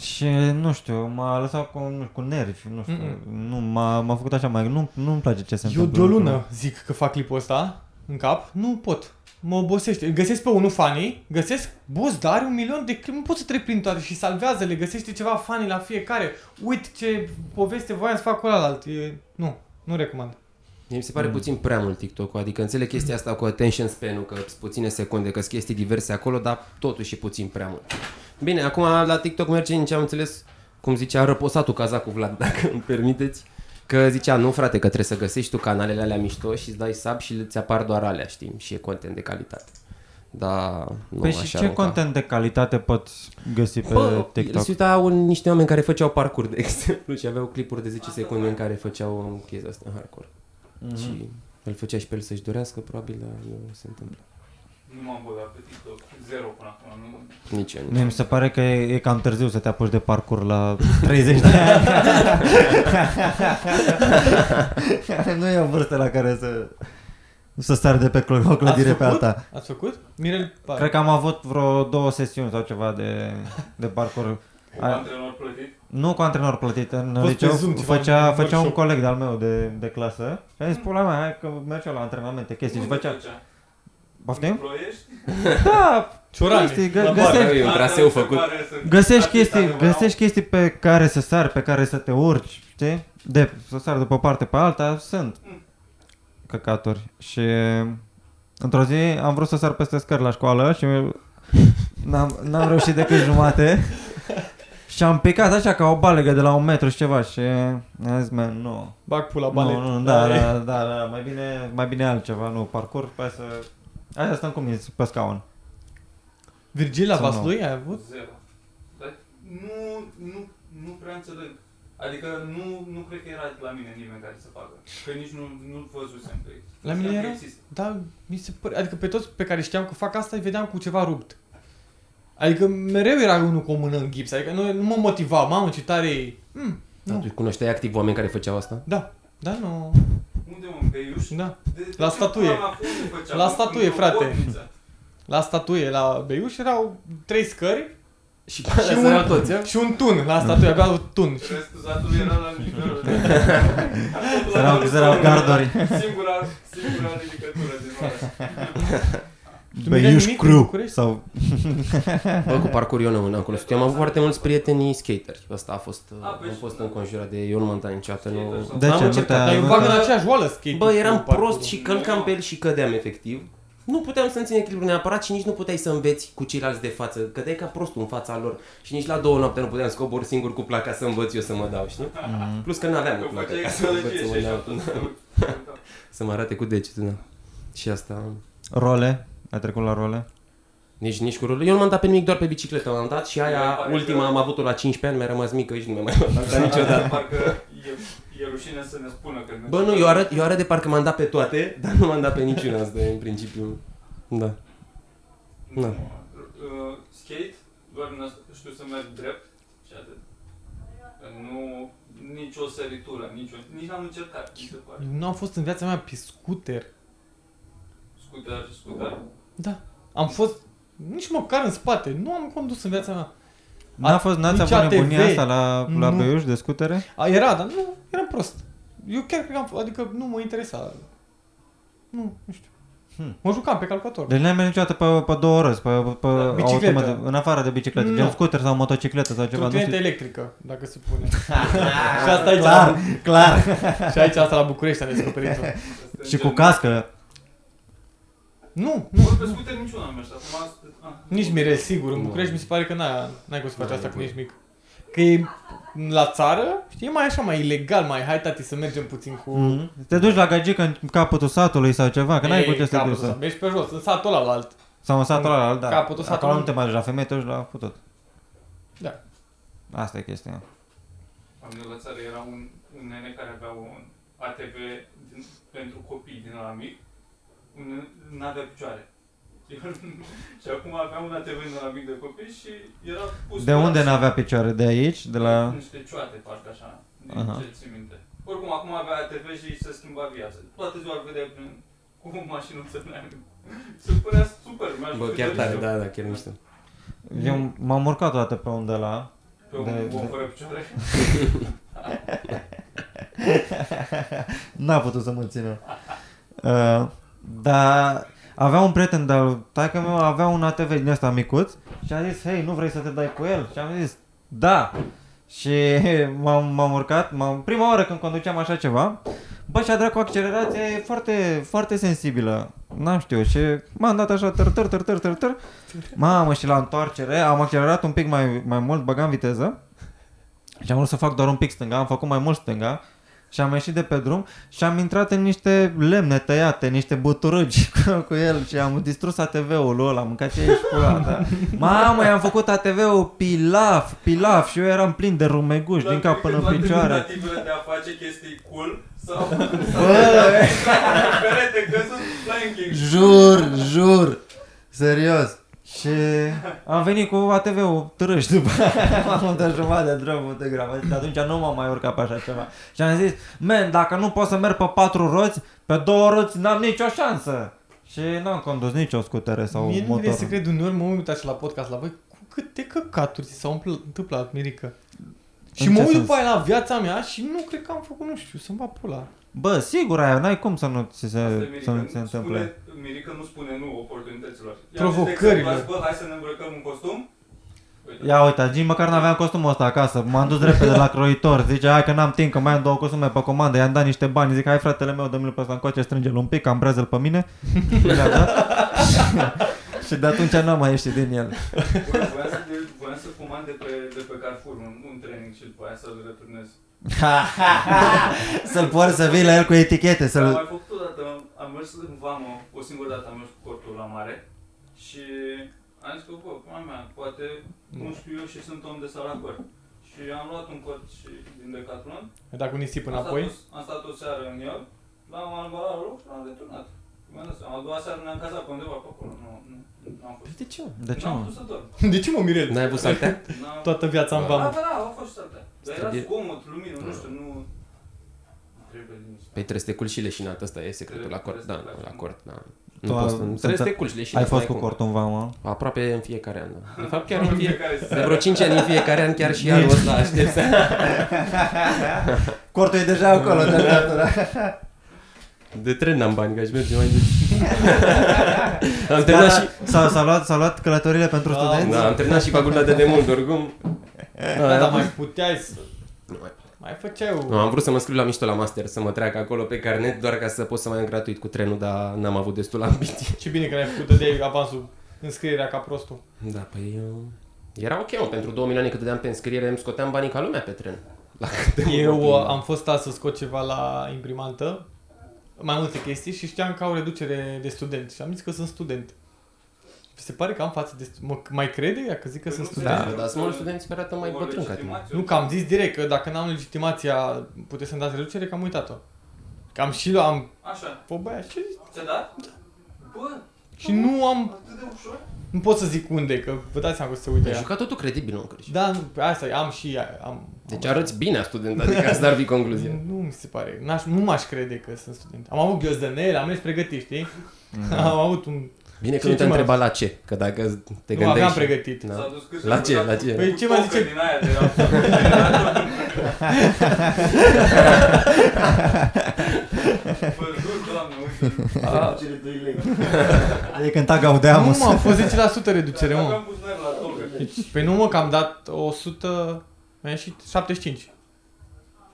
Speaker 1: și nu știu, m-a lăsat cu, nu știu, cu nervi, nu știu,
Speaker 3: Mm-mm.
Speaker 1: nu, m-a, m-a făcut așa mai, nu, nu-mi place ce se
Speaker 3: Eu
Speaker 1: întâmplă.
Speaker 3: de o lună zic că fac clipul ăsta în cap, nu pot. Mă obosește. Îl Găsesc pe unul fanii, găsesc, boss, dar are un milion de clip, nu pot să trec prin toate și salvează, le găsește ceva fanii la fiecare. Uite ce poveste voiam să fac cu ălalt. E... Nu, nu recomand.
Speaker 4: Mie mi se
Speaker 1: Mm.
Speaker 4: pare puțin prea mult TikTok-ul, adică înțeleg chestia asta cu attention span-ul, că sunt puține secunde, că sunt chestii diverse acolo, dar totuși e puțin prea mult. Bine, acum la TikTok merge în ce am înțeles, cum zicea răposatul cazacul Vlad, dacă îmi permiteți, că zicea, nu frate, că trebuie să găsești tu canalele alea mișto și îți dai sub și ți apar doar alea, știi, și e content de calitate. Da, nu
Speaker 1: Păi
Speaker 4: așa
Speaker 1: și ce
Speaker 4: arunca.
Speaker 1: content de calitate poți găsi pe
Speaker 4: Bă,
Speaker 1: TikTok?
Speaker 4: se uitau niște oameni care făceau parcurs, de exemplu, și aveau clipuri de 10 secunde în care făceau chestia asta hardcore.
Speaker 1: Mhm.
Speaker 4: Mm-hmm. Și îl făcea și pe el să-și dorească, probabil, dar nu se întâmplă.
Speaker 5: Nu m-am băgat pe TikTok. Zero până acum. Nu...
Speaker 4: Nici eu, nici
Speaker 1: Mie mi se pare că e, e cam târziu să te apuci de parcurs la 30 de ani. nu e o vârstă la care să, să sari de pe cl- o clădire
Speaker 3: Ați
Speaker 1: pe
Speaker 3: făcut?
Speaker 1: alta.
Speaker 3: Ați făcut? Mirel, pare.
Speaker 1: Cred că am avut vreo două sesiuni sau ceva de, de parcurs.
Speaker 5: Cu
Speaker 1: Ai-
Speaker 5: antrenor plătit.
Speaker 1: Nu cu antrenor plătit, în
Speaker 3: Fost pe
Speaker 1: liceu
Speaker 3: Zoom ceva,
Speaker 1: făcea,
Speaker 3: un
Speaker 1: făcea un
Speaker 3: workshop.
Speaker 1: coleg de-al meu de, de clasă și a zis, pula mea, hai că mergeam la antrenamente, chestii și
Speaker 5: Unde
Speaker 1: făcea,
Speaker 5: făcea? În
Speaker 1: poftim?
Speaker 5: Ploiești?
Speaker 1: Da,
Speaker 3: Ciorane.
Speaker 1: chestii, gă-
Speaker 3: la
Speaker 1: găsești-
Speaker 3: bară.
Speaker 4: E un
Speaker 5: Asta
Speaker 4: traseu
Speaker 5: mi se
Speaker 4: făcut.
Speaker 5: pare să-
Speaker 1: Găsești
Speaker 5: Asta e
Speaker 1: chestii,
Speaker 5: adevărat.
Speaker 1: găsești chestii pe care să sari, pe care să te urci, știi? De să sari de pe o parte pe alta, sunt căcaturi. Și într-o zi am vrut să sar peste scări la școală și n-am, n-am reușit decât jumate. Și am picat așa ca o balegă de la un metru și ceva și am zis, man, nu,
Speaker 3: Bag pula balet.
Speaker 1: nu, nu, da, da, da, da, mai bine, mai bine altceva, nu, parcurs, hai să, hai să stăm cu mine pe scaun.
Speaker 3: Virgil la
Speaker 1: Sau nu?
Speaker 3: Vaslui ai avut?
Speaker 5: Zero. Dar nu, nu, nu prea înțeleg. Adică nu, nu cred că era la mine nimeni care să facă. Că nici nu, nu văzusem că există.
Speaker 3: La mine
Speaker 5: Știam că
Speaker 3: era?
Speaker 5: există.
Speaker 3: Da, mi se pare, adică pe toți pe care știam că fac asta îi vedeam cu ceva rupt. Adică mereu era unul cu o mână în gips, adică nu, nu mă motiva, mamă ce tare e. Mm,
Speaker 4: Da,
Speaker 3: nu.
Speaker 4: tu cunoșteai activ oameni care făceau asta?
Speaker 3: Da, da, nu,
Speaker 5: Unde un beiuș?
Speaker 3: da.
Speaker 5: De- de
Speaker 3: La
Speaker 5: ce
Speaker 3: statuie.
Speaker 5: pula mea, unde făceam?
Speaker 3: La statuie,
Speaker 5: Într-o
Speaker 3: frate.
Speaker 5: porniță.
Speaker 3: La statuie, la Beiuș erau trei scări
Speaker 4: Și,
Speaker 3: și un, și un tun la statuie,
Speaker 1: Da.
Speaker 3: avea un tun. Și
Speaker 5: Restul satului era la nivelul de...
Speaker 1: Erau, erau garduri.
Speaker 5: Singura, singura ridicătură din oraș.
Speaker 3: Tu mi-ai
Speaker 1: Beiuș
Speaker 3: nimic cu
Speaker 1: crew
Speaker 3: București?
Speaker 1: sau
Speaker 4: Bă, cu parcur eu nu n-am cunoscut. Eu am avut foarte mulți prieteni skateri. Asta a fost,
Speaker 5: A, păi
Speaker 4: am
Speaker 5: și-
Speaker 4: fost înconjurat de Ion Montan niciodată. Nu...
Speaker 5: Skater sau-
Speaker 1: De
Speaker 4: N-am
Speaker 1: ce? Nu
Speaker 4: încercat.
Speaker 1: te-a-
Speaker 3: Dar eu bag în aceeași oală skate.
Speaker 4: Bă, eram
Speaker 3: cu parcurul.
Speaker 4: prost și călcam pe el și cădeam efectiv. Nu puteam să-mi țin echilibru neapărat și nici nu puteai să înveți cu ceilalți de față. Cădeai ca prostul în fața lor și nici la două noapte nu puteam să cobor singur cu placa să învăț eu să mă dau, știi?
Speaker 1: Mhm.
Speaker 4: Plus că nu aveam o
Speaker 5: Că
Speaker 4: placă
Speaker 5: făceai
Speaker 4: ca să învăț
Speaker 5: psihologie
Speaker 4: să
Speaker 5: și
Speaker 4: mă
Speaker 5: așa
Speaker 4: dau.
Speaker 5: tot.
Speaker 4: Să mă arate cu degetul, da. Și asta...
Speaker 1: role? Ai trecut la role?
Speaker 4: Nici, nici cu rolul. Eu nu m-am dat pe nimic, doar pe bicicletă m-am dat și
Speaker 5: Mi
Speaker 4: aia
Speaker 5: pare
Speaker 4: ultima
Speaker 5: că-
Speaker 4: am avut-o la 15 ani, mi-a rămas mică și nu mi-a mai dat asta niciodată.
Speaker 5: Parcă e, e rușine să ne spună că...
Speaker 4: Bă, nu, eu arăt, eu arăt de parcă m-am dat pe toate, dar nu m-am dat pe niciuna asta e, în principiu. Da.
Speaker 5: Nu.
Speaker 4: Da.
Speaker 5: Uh, skate, doar în asta- știu să merg drept și atât. Că Nu, nici o săritură, nici, o, nici n-am încercat, mi se pare.
Speaker 3: Eu Nu am fost în viața mea pe scooter.
Speaker 5: Scooter, scooter.
Speaker 3: Da. Am fost nici măcar în spate. Nu am condus în viața mea.
Speaker 1: N-a fost, n-ați
Speaker 3: nici
Speaker 1: avut
Speaker 3: ATV.
Speaker 1: nebunia asta la, la
Speaker 3: Nu.
Speaker 1: Beiuș de scutere?
Speaker 3: A, era, dar nu, eram prost. Eu chiar cred că am f- adică nu mă interesa. Nu, nu știu.
Speaker 1: Hmm.
Speaker 3: Mă jucam pe calculator.
Speaker 1: Deci n-ai mers niciodată pe, pe două răzi, pe, pe
Speaker 3: Da, Bicicletă.
Speaker 1: automat, în afară de bicicletă,
Speaker 3: Nu.
Speaker 1: gen scooter sau motocicletă sau ceva, nu
Speaker 3: Trotinetă
Speaker 1: știu. Da.
Speaker 3: electrică, dacă se pune. și asta aici, Da.
Speaker 1: Clar, clar.
Speaker 3: și aici asta la București am descoperit-o.
Speaker 5: Asta
Speaker 1: Și
Speaker 5: e
Speaker 1: cu
Speaker 5: gen-
Speaker 1: cască.
Speaker 3: Nu, nu.
Speaker 5: Bă, pe scooter niciuna am mers. Acum, asta- ah.
Speaker 3: Nici Mirel, sigur. În
Speaker 4: Nu.
Speaker 3: București mi se pare că n-ai, n-ai cum să faci
Speaker 4: N-ai
Speaker 3: asta când
Speaker 4: voie.
Speaker 3: ești mic. Că e la țară, știi, e mai așa, mai ilegal, mai hai tati să mergem puțin cu...
Speaker 1: Mhm. Te duci la gagică în capătul satului sau ceva, că n-ai
Speaker 3: Ei,
Speaker 1: cu ce să te
Speaker 3: capul
Speaker 1: duci.
Speaker 3: ăsta.
Speaker 1: să-
Speaker 3: Mergi pe jos, în satul ăla la alt.
Speaker 1: Sau în satul
Speaker 3: în
Speaker 1: ăla, da.
Speaker 3: capătul
Speaker 1: Acolo
Speaker 3: satului.
Speaker 1: nu te mai duci la femeie, te duci la putut.
Speaker 3: Da.
Speaker 1: Asta e chestia.
Speaker 5: Am de la țară, era un, un nene care avea un ATV din, pentru copii din ăla mic, un, n-avea picioare. și acum aveam un ATV din ăla mic de copii și era pus
Speaker 1: De
Speaker 5: pe
Speaker 1: unde
Speaker 5: laț.
Speaker 1: n-avea picioare? De aici? De la...
Speaker 5: Niște cioate, parcă așa, din
Speaker 1: Aha.
Speaker 5: ce țin minte. Oricum, acum avea ATV și se schimba viața. Toată ziua îl vedeai prin, cu o mașinuță în aer. Se părea super, mi-aș
Speaker 4: Bă,
Speaker 5: fi
Speaker 4: chiar
Speaker 5: dorit
Speaker 4: tare,
Speaker 5: să-
Speaker 4: da, da, chiar mișto.
Speaker 3: Mm.
Speaker 1: Eu m-am urcat o dată pe un de la...
Speaker 5: Pe un
Speaker 1: Da,
Speaker 5: om
Speaker 1: da.
Speaker 5: fără picioare.
Speaker 1: N-a putut să mă țină. Uh, dar avea un prieten de-al taică meu, avea un ATV din ăsta micuț și a zis, hei, nu vrei să te dai cu el? Și am zis, da. Și m-am, m-am urcat, m-am, prima oară când conduceam așa ceva, bă, și-a dat cu accelerația, e foarte, foarte sensibilă. N-am știu, și m-am dat așa, tăr, tăr, tăr, tăr, tăr, tăr. Mamă, și la întoarcere am accelerat un pic mai, mai mult, băgam viteză și am vrut să fac doar un pic stânga, am făcut mai mult stânga și am ieșit de pe drum și am intrat în niște lemne tăiate, niște buturăgi cu, cu el și am distrus ATV-ul ăla, am mâncat ce ești pula, da. Mamă, i-am făcut ATV-ul pilaf, pilaf și eu eram plin de rumeguș din cap până în picioare.
Speaker 5: Tentativele de a face chestii cool sau
Speaker 1: Bă,
Speaker 5: perete că sunt flanking.
Speaker 1: jur, jur, serios. Și am venit cu ATV-ul târâș după aia. m-am dat jumătate de drum de gramă. De atunci nu m-am mai urcat pe așa ceva. Și am zis, man, dacă nu pot să merg pe patru roți, pe două roți n-am nicio șansă. Și n-am condus nicio scutere sau
Speaker 3: Mie nu vine
Speaker 1: motor.
Speaker 3: să cred uneori, mă uit așa la podcast la voi, cu câte căcaturi ți s-au umpl- întâmplat, Mirica. Și
Speaker 1: În
Speaker 3: mă
Speaker 1: ce
Speaker 3: uit
Speaker 1: sens?
Speaker 3: după aia la viața mea și nu cred că am făcut, nu știu, să-mi va pula.
Speaker 1: Bă, sigur aia, n-ai cum să nu ți
Speaker 5: Asta e
Speaker 1: se, să
Speaker 5: Mirica,
Speaker 1: nu ți se întâmple.
Speaker 5: spune- Mirica nu spune nu oportunităților. I-am zis de
Speaker 3: Provocările.
Speaker 5: exemplu, azi, Bă, hai să ne îmbrăcăm un costum. Uite,
Speaker 1: Ia uite, nici măcar n-aveam costumul ăsta acasă, m-am dus repede la croitor, zice, hai că n-am timp, că mai am două costume pe comandă, i-am dat niște bani, zic, hai fratele meu, dă-mi-l pe ăsta încoace, strânge-l un pic, ambrează-l pe mine, și le-a dat. și de atunci n-am mai ieșit din el.
Speaker 5: Bă, voiam să, de, voiam să comand de pe, de pe Carrefour un, un training și după aia să-l returnez.
Speaker 1: Să-l poartă să vii la el cu etichete,
Speaker 5: Am
Speaker 1: să-l...
Speaker 5: mai făcut odată, am mers în vamă, o singură dată am mers cu cortul la mare și am zis că, bă, pula mea, poate nu știu eu și sunt om de salacor. Și am luat un cort și din Decathlon,
Speaker 3: Ai dat cu nisip
Speaker 5: am stat,
Speaker 3: înapoi?
Speaker 5: o, am stat o seară în el, l-am albalat la loc și l-am deturnat. Mi-am dat seama, a doua seară ne-am cazat pe undeva pe acolo, nu, nu, nu am
Speaker 4: Păi
Speaker 5: fost.
Speaker 3: De ce, mă?
Speaker 1: De ce,
Speaker 5: n-am
Speaker 1: mă?
Speaker 5: putut să dorm.
Speaker 3: De ce, mă, Mirel?
Speaker 4: N-ai avut saltea?
Speaker 5: N-am-
Speaker 3: Toată viața în
Speaker 5: Da,
Speaker 3: vamă.
Speaker 5: da, au fost și saltea. Dar era
Speaker 4: Stădie-
Speaker 5: zgomot, lumină,
Speaker 4: Da.
Speaker 5: nu știu, nu... Trebuie nici.
Speaker 4: Păi trebuie să te culci și leșinat, ăsta e secretul
Speaker 5: Trebuie-
Speaker 4: la cort, da,
Speaker 5: trebuie să te
Speaker 4: la
Speaker 5: faci.
Speaker 4: cort, da.
Speaker 1: Tu
Speaker 4: Nu poți,
Speaker 1: a-
Speaker 4: să-
Speaker 1: sunt-
Speaker 4: trebuie să te culci leșinat.
Speaker 1: Ai fost
Speaker 4: n-ai
Speaker 1: cu
Speaker 4: cum.
Speaker 1: cortul în vamă?
Speaker 4: Aproape în fiecare an, da. De fapt chiar
Speaker 5: În
Speaker 4: în fiecare
Speaker 5: fiecare
Speaker 4: de
Speaker 5: seară.
Speaker 4: vreo 5 ani în fiecare an, chiar și anul ăsta aștept să...
Speaker 1: Cortul e deja acolo, de dreapta.
Speaker 4: De tren n-am bani, că aș merge mai des. am
Speaker 1: Da,
Speaker 4: terminat și...
Speaker 1: S-a, s-a, luat, s-a luat călătorile pentru
Speaker 3: Da,
Speaker 1: studenți?
Speaker 4: Da, am terminat și facultatea de mult, oricum.
Speaker 3: Da, dar mai puteai să...
Speaker 4: Nu mai-
Speaker 3: Mai făceai o...
Speaker 4: Nu, am vrut să mă scriu la mișto la master, să mă treacă acolo pe carnet, doar ca să pot să mai am gratuit cu trenul, dar n-am avut destul ambiție.
Speaker 3: Ce bine că n-ai făcut de avansul înscrierea ca prostul.
Speaker 4: Da, păi... eu- Era ok, mă, pentru 2 milioane cât dădeam pe înscriere, îmi scoteam banii ca lumea pe tren. La câte
Speaker 3: Eu
Speaker 4: mă-
Speaker 3: uh, am fost azi să scot ceva la imprimantă, mai multe chestii și știam că au reducere de student și am zis că sunt student. Vi se pare că am față de stu- mă, mai crede ea că zic că
Speaker 5: Păi
Speaker 3: sunt
Speaker 5: nu
Speaker 3: student?
Speaker 4: Da, dar sunt mulți studenți care arată mai bătrân ca tine.
Speaker 3: Nu, că am zis direct că dacă n-am legitimația puteți să-mi dați reducere, că am uitat-o. Că am și luat, am păi,
Speaker 5: Așa,
Speaker 3: pe băia și,
Speaker 5: ți-a dat? Bă,
Speaker 3: și nu am,
Speaker 5: atât de ușor?
Speaker 3: nu pot să zic unde, că vă dați seama că se uită ea.
Speaker 4: Ai Păi, jucat totul credibil, nu, Crici.
Speaker 3: Da, nu, pe asta e, am și ea, am.
Speaker 4: Deci arăți bine a student, adică asta ar fi concluzia.
Speaker 3: Nu mi se pare, N-aș, nu m-aș crede că sunt student. Am avut ghiozdanel, am mers pregătit, știi?
Speaker 4: Mm.
Speaker 3: am avut un
Speaker 4: Bine că
Speaker 3: Ce-
Speaker 4: nu te
Speaker 3: ce mai-
Speaker 4: întreba la ce, că dacă te gândești...
Speaker 3: nu aveam pregătit.
Speaker 5: S-a
Speaker 4: Da.
Speaker 5: dus cât
Speaker 4: La
Speaker 5: s-a
Speaker 4: ce,
Speaker 5: jucat
Speaker 4: la
Speaker 5: cu-
Speaker 4: ce?
Speaker 5: cu
Speaker 3: Păi ce mai
Speaker 5: cocă
Speaker 3: zice-
Speaker 5: Din aia de la Bă, nu, doamne, uite.
Speaker 3: A,
Speaker 1: E cânta Gaudeamus.
Speaker 3: Păi nu, mă, a fost 10% reducere,
Speaker 5: Dacă
Speaker 3: mă.
Speaker 5: am buzunar la tolcă.
Speaker 3: Deci, pe nu, mă, că am dat 100... Mi-a ieșit 75.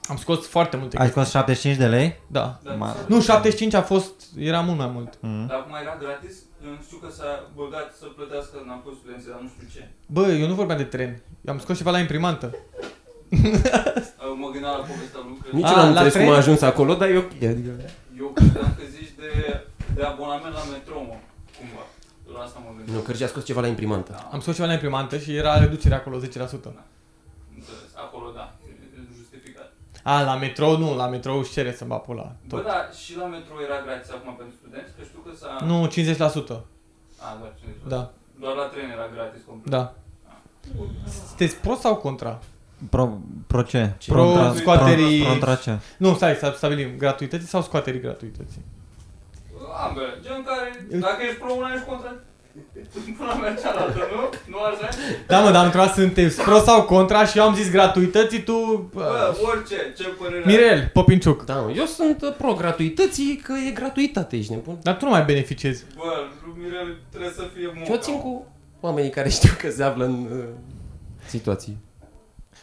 Speaker 3: Am scos foarte multe
Speaker 1: Ai
Speaker 3: chestii.
Speaker 1: scos 75 de lei?
Speaker 3: Da.
Speaker 5: Dar
Speaker 1: Ma-
Speaker 5: s-a dus.
Speaker 3: Nu, 75 a fost... Era mult mai mult.
Speaker 1: Mm.
Speaker 5: Dar acum era gratis, Eu știu că s-a băgat să plătească înapoi studenții, dar nu știu ce.
Speaker 3: Bă, eu nu vorbeam de tren. Eu am scos ceva la imprimantă.
Speaker 5: Uh, Mă gândeam la povestea lui că
Speaker 4: Nici
Speaker 3: A,
Speaker 4: eu
Speaker 3: la
Speaker 4: n-am înțeles cum
Speaker 3: tren?
Speaker 4: a ajuns acolo, dar e ok. Adică...
Speaker 5: eu credeam că zici de, de abonament la metrou, mă, cumva. Eu la asta mă gândeam.
Speaker 4: Nu, Cârci a scos ceva la imprimantă.
Speaker 5: Da,
Speaker 3: Am scos ceva la imprimantă și era reducere acolo, 10%.
Speaker 5: înțeles, acolo da, e justificat.
Speaker 3: A, la metrou nu, la metrou își cere să-mi va pula.
Speaker 5: Bă,
Speaker 3: Tot.
Speaker 5: da, și la metrou era gratis acum pentru studenți, că știu că s-a...
Speaker 3: Nu, 50%.
Speaker 5: A, doar 50%.
Speaker 3: Da,
Speaker 5: Doar la tren era gratis complet.
Speaker 3: da. Sunteți pro sau contra?
Speaker 1: Pro, pro ce?
Speaker 4: Ce?
Speaker 3: Pro
Speaker 1: Contra-
Speaker 3: scoaterii-
Speaker 1: Contra ce?
Speaker 3: Nu, stai să stabilim gratuității sau scoaterii gratuității.
Speaker 5: ambele. Gen care, dacă ești pro una, ești contra. Până mea cealaltă, nu? Nu așa?
Speaker 3: Da, mă, dar într-una suntem pro sau contra și eu am zis gratuității, tu... bă,
Speaker 5: Bă, orice, ce părere ai?
Speaker 3: Mirel, Popinciuc.
Speaker 4: Da, mă, eu sunt uh, pro gratuității, că e gratuitate, ești nebun.
Speaker 3: Dar tu nu mai beneficiezi.
Speaker 5: Bă, lui Mirel trebuie să fie munca.
Speaker 4: Și eu țin cu oamenii care știu că se află în uh, situații.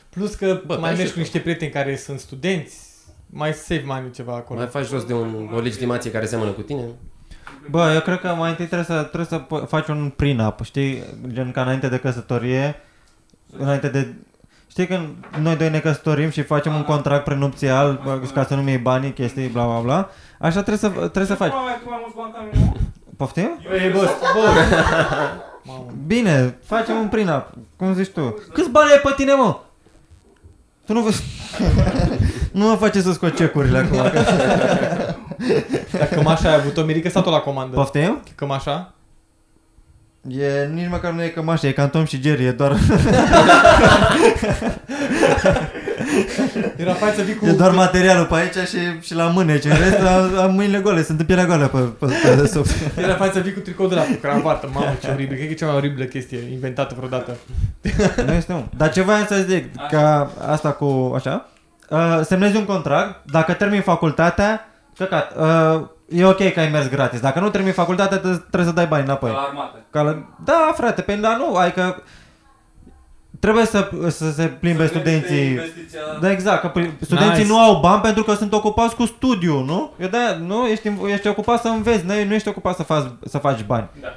Speaker 3: Plus că Bă,
Speaker 4: dar
Speaker 3: mai mergi
Speaker 4: și
Speaker 3: cu
Speaker 4: eu.
Speaker 3: niște prieteni care sunt studenți, mai save money ceva acolo.
Speaker 4: Mai faci rost de un, o legitimație care seamănă cu tine.
Speaker 1: Bă, eu cred că mai întâi trebuie să, trebuie să p- faci un prenup, știi? Gen ca înainte de căsătorie, înainte de... Știi când noi doi ne căsătorim și facem un contract prenupțial bă, ca să nu-mi iei banii, chestii, bla bla bla, așa trebuie să, trebuie să
Speaker 5: Ce
Speaker 1: faci.
Speaker 5: pula mea, tu mai mulți bani ca mine?
Speaker 1: Poftim?
Speaker 5: Eu e boss.
Speaker 3: Bă, Mamă.
Speaker 1: Bine, facem un prenup, cum zici tu. Câți bani ai pe tine, mă? Tu nu vă... nu mă face să scot cecurile acum.
Speaker 3: Dar cămașa ai avut-o, Mirica, sau tot la comandă?
Speaker 1: Poftim?
Speaker 3: Cămașa?
Speaker 1: E, nici măcar nu e cămașă, e ca în Tom și Jerry, e doar,
Speaker 3: Era fain să fii cu...
Speaker 1: e doar materialul pe aici și, și la mâneci. În rest am, am mâinile goale, sunt în pielea goală pe, pe, pe desubt.
Speaker 3: Era fain să fii cu tricou de la cu cravată. Mamă, ce oribil. Cred că e cea mai oribilă chestie inventată vreodată.
Speaker 1: nu este un. Dar ce voiam să zic, ca asta cu așa, uh, semnezi un contract, dacă termin facultatea, căcat, uh, e ok că ai mers gratis. Dacă nu termin facultatea, te- trebuie să dai bani
Speaker 3: păi.
Speaker 1: înapoi.
Speaker 5: La armată.
Speaker 1: Ca la... Da, frate, pe da, nu, adică trebuie să, să se plimbe
Speaker 5: Să pleci pe
Speaker 1: studenții.
Speaker 5: investiția la-
Speaker 1: Da, exact, că pri- studenții
Speaker 3: Nice.
Speaker 1: nice. nu au bani pentru că sunt ocupați cu studiu, nu? Eu de nu, ești, ești ocupat să înveți, nu, nu ești ocupat să faci, să faci bani.
Speaker 5: Da.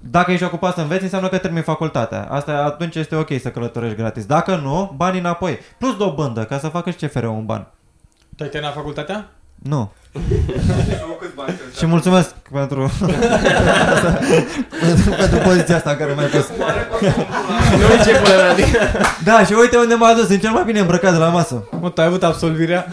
Speaker 1: Dacă ești ocupat să înveți, înseamnă că termin facultatea. Asta atunci este ok să călătorești gratis. Dacă nu, bani înapoi. Plus dobândă, ca să facă și CFR un ban.
Speaker 3: Tu ai terminat facultatea?
Speaker 1: Nu.
Speaker 5: Și eu câți bani să-mi
Speaker 1: Și mulțumesc pentru, pentru poziția asta în care mi-ai pus.
Speaker 5: Acum are costum pula mea.
Speaker 4: Nu ce pula mea, adică.
Speaker 1: Da, și uite unde m-a adus, sunt cel mai bine îmbrăcat de la masă.
Speaker 3: Mă, tu ai avut absolvirea?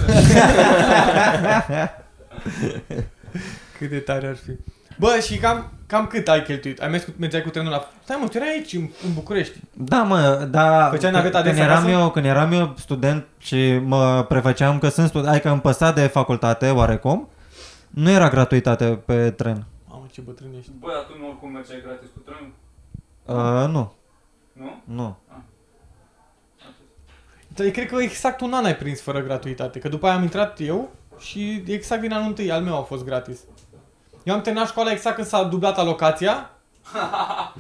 Speaker 3: Cât de tare ar fi. Bă, și cam, cam cât ai cheltuit? Ai mers cu, mergeai cu trenul la... Stai mă, tu erai aici, în, în București.
Speaker 1: Da, mă, da,
Speaker 3: Făceai naveta
Speaker 1: când,
Speaker 3: de
Speaker 1: eram
Speaker 3: acasă?
Speaker 1: eu, când eram eu student și mă prefăceam că sunt student, adică îmi păsa de facultate oarecum, nu era gratuitate pe tren.
Speaker 3: Mamă, ce bătrân ești.
Speaker 5: Bă, atunci oricum mergeai gratis cu trenul,
Speaker 3: Ah.
Speaker 1: Uh, nu,
Speaker 5: nu?
Speaker 1: nu.
Speaker 3: Dar eu cred că exact un an ai prins fără gratuitate, că după aia am intrat eu și exact din anul întâi al meu a fost gratis. Eu am terminat școala exact când s-a dublat alocația,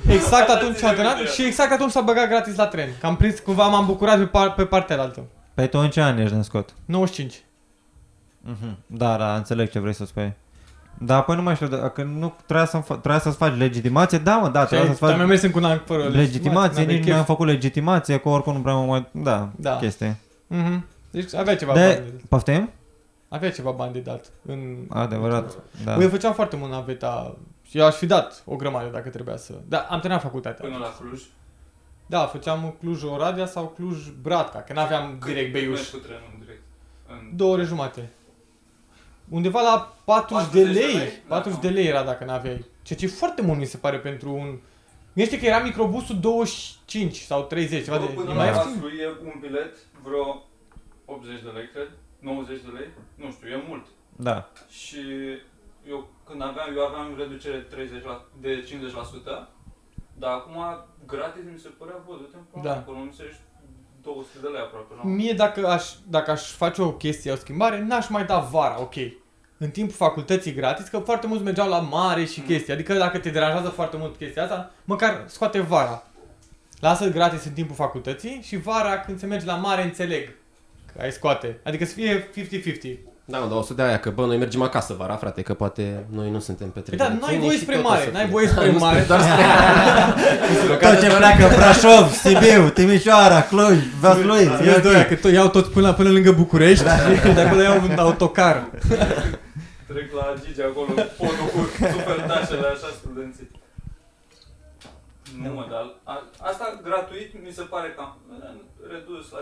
Speaker 3: exact atunci am terminat și exact atunci s-a băgat gratis la tren. Că am prins, cumva m-am bucurat pe, par, pe partea altă.
Speaker 1: Păi tu în ce an ești născut?
Speaker 3: 95.
Speaker 1: Uh-huh. Da, da, înțeleg ce vrei să spui. Da, păi nu mai știu, dacă nu trebuia, să trebuia să-ți faci legitimație, da mă, da,
Speaker 3: Da,
Speaker 1: trebuia
Speaker 3: Dar mi-am
Speaker 1: să-ți faci
Speaker 3: mers încă un an fără
Speaker 1: legitimație,
Speaker 3: n-aveai
Speaker 1: nici
Speaker 3: chef.
Speaker 1: nu am făcut legitimație, că oricum nu prea mă mai, da,
Speaker 3: Da.
Speaker 1: da. chestie.
Speaker 3: Mhm. Deci avea ceva de... bani.
Speaker 1: De,
Speaker 3: de-
Speaker 1: poftim?
Speaker 3: Avea ceva bani de dat. În...
Speaker 1: Adevărat, da.
Speaker 3: Da. Eu făceam foarte mult naveta și eu aș fi dat o grămadă dacă trebuia să... Da, am terminat facultatea.
Speaker 5: Până la Cluj.
Speaker 3: Da, făceam Cluj-Oradea sau Cluj-Bratca, că n-aveam direct
Speaker 5: Mergi
Speaker 3: Beiuș.
Speaker 5: cu trenul direct. În-
Speaker 3: Două ore jumate. Undeva la 40,
Speaker 5: 40
Speaker 3: de
Speaker 5: de
Speaker 3: lei.
Speaker 5: lei?
Speaker 3: 40
Speaker 5: Da.
Speaker 3: de lei era dacă n-aveai. Ceea ce e foarte mult mi se pare pentru un... Gândește că era microbusul 25 sau 30, ceva de...
Speaker 5: Bă, Până
Speaker 3: e
Speaker 5: la
Speaker 3: mai ieftin?
Speaker 5: Vaslui e un bilet vreo 80 de lei, cred. 90 de lei. Nu știu, e mult.
Speaker 1: da.
Speaker 5: Și eu când aveam, eu aveam reducere 30 la, de 50%, dar acum gratis mi se părea, bă, du-te în pula
Speaker 3: Da.
Speaker 5: mea, acolo, nu se 200 de lei aproape. nu?
Speaker 3: Mie dacă aș, dacă aș face o chestie, o schimbare, n-aș mai da vara, ok. În timpul facultății gratis, că foarte mulți mergeau la mare și
Speaker 5: Mm.
Speaker 3: chestii. Adică dacă te deranjează foarte mult chestia asta, măcar scoate vara. Lasă gratis în timpul facultății și vara când se merge la mare înțeleg că ai scoate. Adică să fie 50-50.
Speaker 4: Da, mă, dar 100 de aia că, bă, noi mergem acasă vara, frate, că poate noi nu suntem pe
Speaker 3: Păi
Speaker 4: trei.
Speaker 3: da,
Speaker 4: ani.
Speaker 3: n-ai
Speaker 4: Ține
Speaker 3: voie
Speaker 4: și
Speaker 3: spre
Speaker 4: tot o
Speaker 3: mare,
Speaker 4: să
Speaker 3: n-ai
Speaker 4: fie.
Speaker 3: voie spre
Speaker 4: Nu spre-
Speaker 3: mare.
Speaker 4: Doar spre
Speaker 1: Tot ce pleacă, Brașov, Sibiu, Timișoara, Cluj, Vaslui,
Speaker 3: Eu
Speaker 1: da, e
Speaker 3: doia,
Speaker 1: ok.
Speaker 3: că tot, iau tot până, până lângă București și de acolo iau un autocar.
Speaker 5: Trec la Gigi acolo, podul cu supertașele, așa, studenții. Nu mă, dar a, asta gratuit mi se pare cam redus la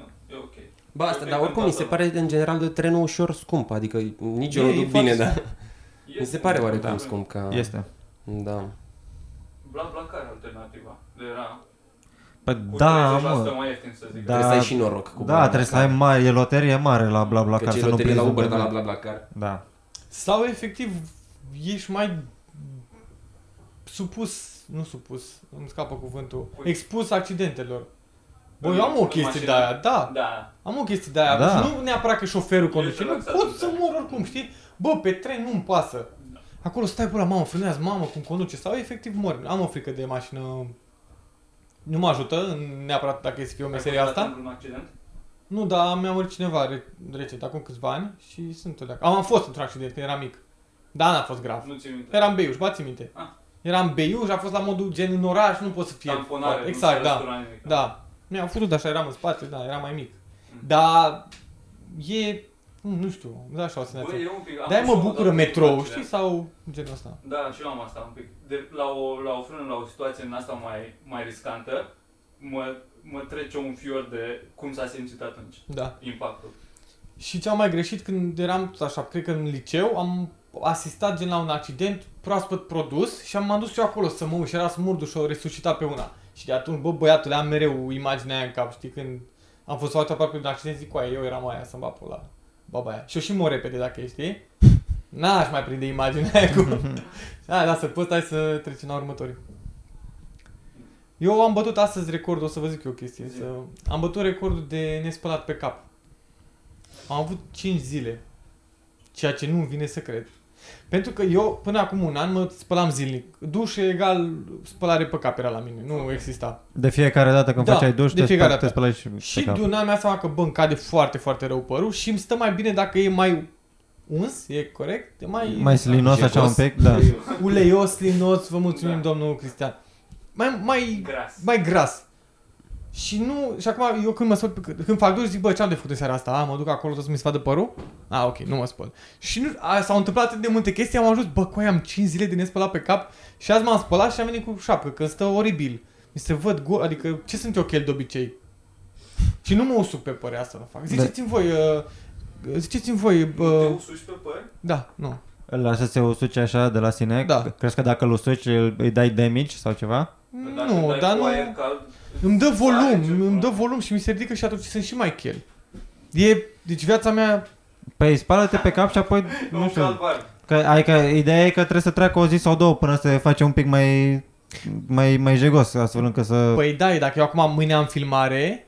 Speaker 5: 50%, e ok.
Speaker 4: Ba, asta, dar oricum mi se pare, în general, trenul ușor scump, adică nici eu
Speaker 3: E,
Speaker 4: nu
Speaker 3: e
Speaker 4: duc
Speaker 3: foarte
Speaker 4: bine, dar mi se pare oarecum scump ca...
Speaker 1: Este.
Speaker 4: Da.
Speaker 5: Bla bla care alternativa? De era
Speaker 1: Păi
Speaker 5: cu
Speaker 1: da,
Speaker 5: 30%
Speaker 1: mă.
Speaker 5: mai ieftin să zic.
Speaker 1: Da.
Speaker 4: Trebuie să ai și noroc cu
Speaker 1: Da, trebuie să ai
Speaker 4: bla
Speaker 1: mare, e loterie mare la bla bla
Speaker 4: Că
Speaker 1: car,
Speaker 4: ce
Speaker 1: să nu Da.
Speaker 4: loterie la
Speaker 1: prinzi
Speaker 4: Uber,
Speaker 1: un
Speaker 4: dar la
Speaker 1: bebe.
Speaker 4: bla bla car.
Speaker 1: Da.
Speaker 3: Sau efectiv ești mai supus, nu supus, îmi scapă cuvântul,
Speaker 5: Pui.
Speaker 3: expus accidentelor. Bă,
Speaker 5: În-
Speaker 3: eu am o
Speaker 5: în
Speaker 3: chestie
Speaker 5: mașină.
Speaker 3: de aia, da,
Speaker 5: Da.
Speaker 3: am o chestie de aia,
Speaker 1: Da.
Speaker 3: da. nu neapărat că șoferul conduce, nu
Speaker 5: relaxat,
Speaker 3: pot să
Speaker 5: da.
Speaker 3: mor oricum, știi? Bă, pe tren nu-mi pasă. Acolo stai pula, mamă, frânează, mamă, cum conduce, sau efectiv mor. Am o frică de mașină, nu mă ajută, în- neapărat dacă e să fie o meserie
Speaker 5: Ai fost
Speaker 3: asta.
Speaker 5: dat într-un accident?
Speaker 3: Nu, dar mi-a murit cineva re- recent, acum câțiva ani și sunt alea. Am, am fost într-un accident când eram mic. Da, n-a fost grav.
Speaker 5: Nu ți minte.
Speaker 3: Eram în Beiuș, bați minte.
Speaker 5: Ah.
Speaker 3: Eram în Beiuș, a fost la modul gen în oraș, nu poți să fie.
Speaker 5: Tamponare, nu
Speaker 3: exact,
Speaker 5: se
Speaker 3: da.
Speaker 5: răstura nimic.
Speaker 3: Da. Mi-au făcut așa, eram în spate, da, eram mai mic.
Speaker 5: Mm.
Speaker 3: Dar e, nu nu știu, da așa o
Speaker 5: Bă,
Speaker 3: senzație.
Speaker 5: e un pic... am
Speaker 3: De-aia
Speaker 5: fost
Speaker 3: mă
Speaker 5: o
Speaker 3: bucură
Speaker 5: dată într-un
Speaker 3: metrou,
Speaker 5: accident.
Speaker 3: știi, sau genul ăsta.
Speaker 5: Da, și eu am asta un pic. De, la, o, la o frână, la o situație în asta mai, mai riscantă, mă, mă trece un fior de cum s-a simțit atunci,
Speaker 3: Da.
Speaker 5: impactul.
Speaker 3: Și ce am mai greșit când eram, tot așa, cred că în liceu, am asistat gen la un accident proaspăt produs și am m-am dus eu acolo să mă uit și era smurdu și o resuscita pe una. Și de atunci, bă, băiatule, am mereu imaginea aia în cap, știi, când am fost foarte aproape de un accident, zic, coaie, eu eram aia, să-mi va pula, baba aia. Și eu și mor repede, dacă ești, știi? N-aș mai prinde imaginea aia cu... Hai, lasă, poți hai să trecem la următorii. Eu am bătut astăzi recordul, o să vă zic eu o chestie.
Speaker 5: Zi.
Speaker 3: Să... Am bătut recordul de nespălat pe cap. Am avut 5 zile. Ceea ce nu-mi vine să cred. Pentru că eu, până acum un an, mă spălam zilnic. Duș egal spălare pe cap era la mine. Nu exista.
Speaker 1: De fiecare dată când
Speaker 3: Da,
Speaker 1: făceai duș,
Speaker 3: de
Speaker 1: te,
Speaker 3: fiecare
Speaker 1: spăl- te
Speaker 3: dată.
Speaker 1: spălai și,
Speaker 3: Și
Speaker 1: pe cap.
Speaker 3: Duna mi-a seama că, bă, îmi cade foarte, foarte rău părul și îmi stă mai bine dacă e mai uns, e corect, Da. e mai,
Speaker 1: Mai slinos
Speaker 4: Jegos.
Speaker 1: așa un pic, da.
Speaker 3: uleios, linos, vă mulțumim,
Speaker 5: Da.
Speaker 3: domnul Cristian. Mai, mai,
Speaker 5: Gras.
Speaker 3: mai gras. Și nu, și acum eu când mă spăl, pe- când fac duș, zic, bă, ce am de făcut în seara asta? A, mă duc acolo, tot să mi se vadă părul? A, ok, nu mă spăl. Și nu, a, s-au întâmplat atât de multe chestii, am ajuns, bă, coi, am 5 zile de nespălat pe cap și azi m-am spălat și am venit cu șapcă, că îmi stă oribil. Mi se văd gol, adică ce sunt eu chel de obicei? Și nu mă usuc pe părea asta, să fac. Ziceți-mi voi, uh, ziceți-mi voi,
Speaker 5: Te
Speaker 3: uh,
Speaker 5: usuci pe păr?
Speaker 3: da, nu.
Speaker 1: Îl lași să se usuce așa de la sine?
Speaker 3: Da.
Speaker 1: Crezi că dacă îl usuci îl- îi dai damage sau ceva?
Speaker 5: Dacă
Speaker 3: Nu,
Speaker 5: dai
Speaker 3: dar
Speaker 5: cu
Speaker 3: nu...
Speaker 5: aer cald,
Speaker 3: Îmi dă
Speaker 5: sare
Speaker 3: volum,
Speaker 5: ce
Speaker 3: îmi dă
Speaker 5: pula.
Speaker 3: volum și mi se ridică și atunci sunt și mai chel. E, deci viața mea,
Speaker 1: Păi spală-te pe cap și apoi,
Speaker 5: Ca
Speaker 1: nu
Speaker 5: un
Speaker 1: știu,
Speaker 5: calvar.
Speaker 1: că, adică ideea e că trebuie să treacă o zi sau două până să face un pic mai, mai, mai jegos, astfel încât să...
Speaker 3: păi da, dacă eu acum mâine am filmare,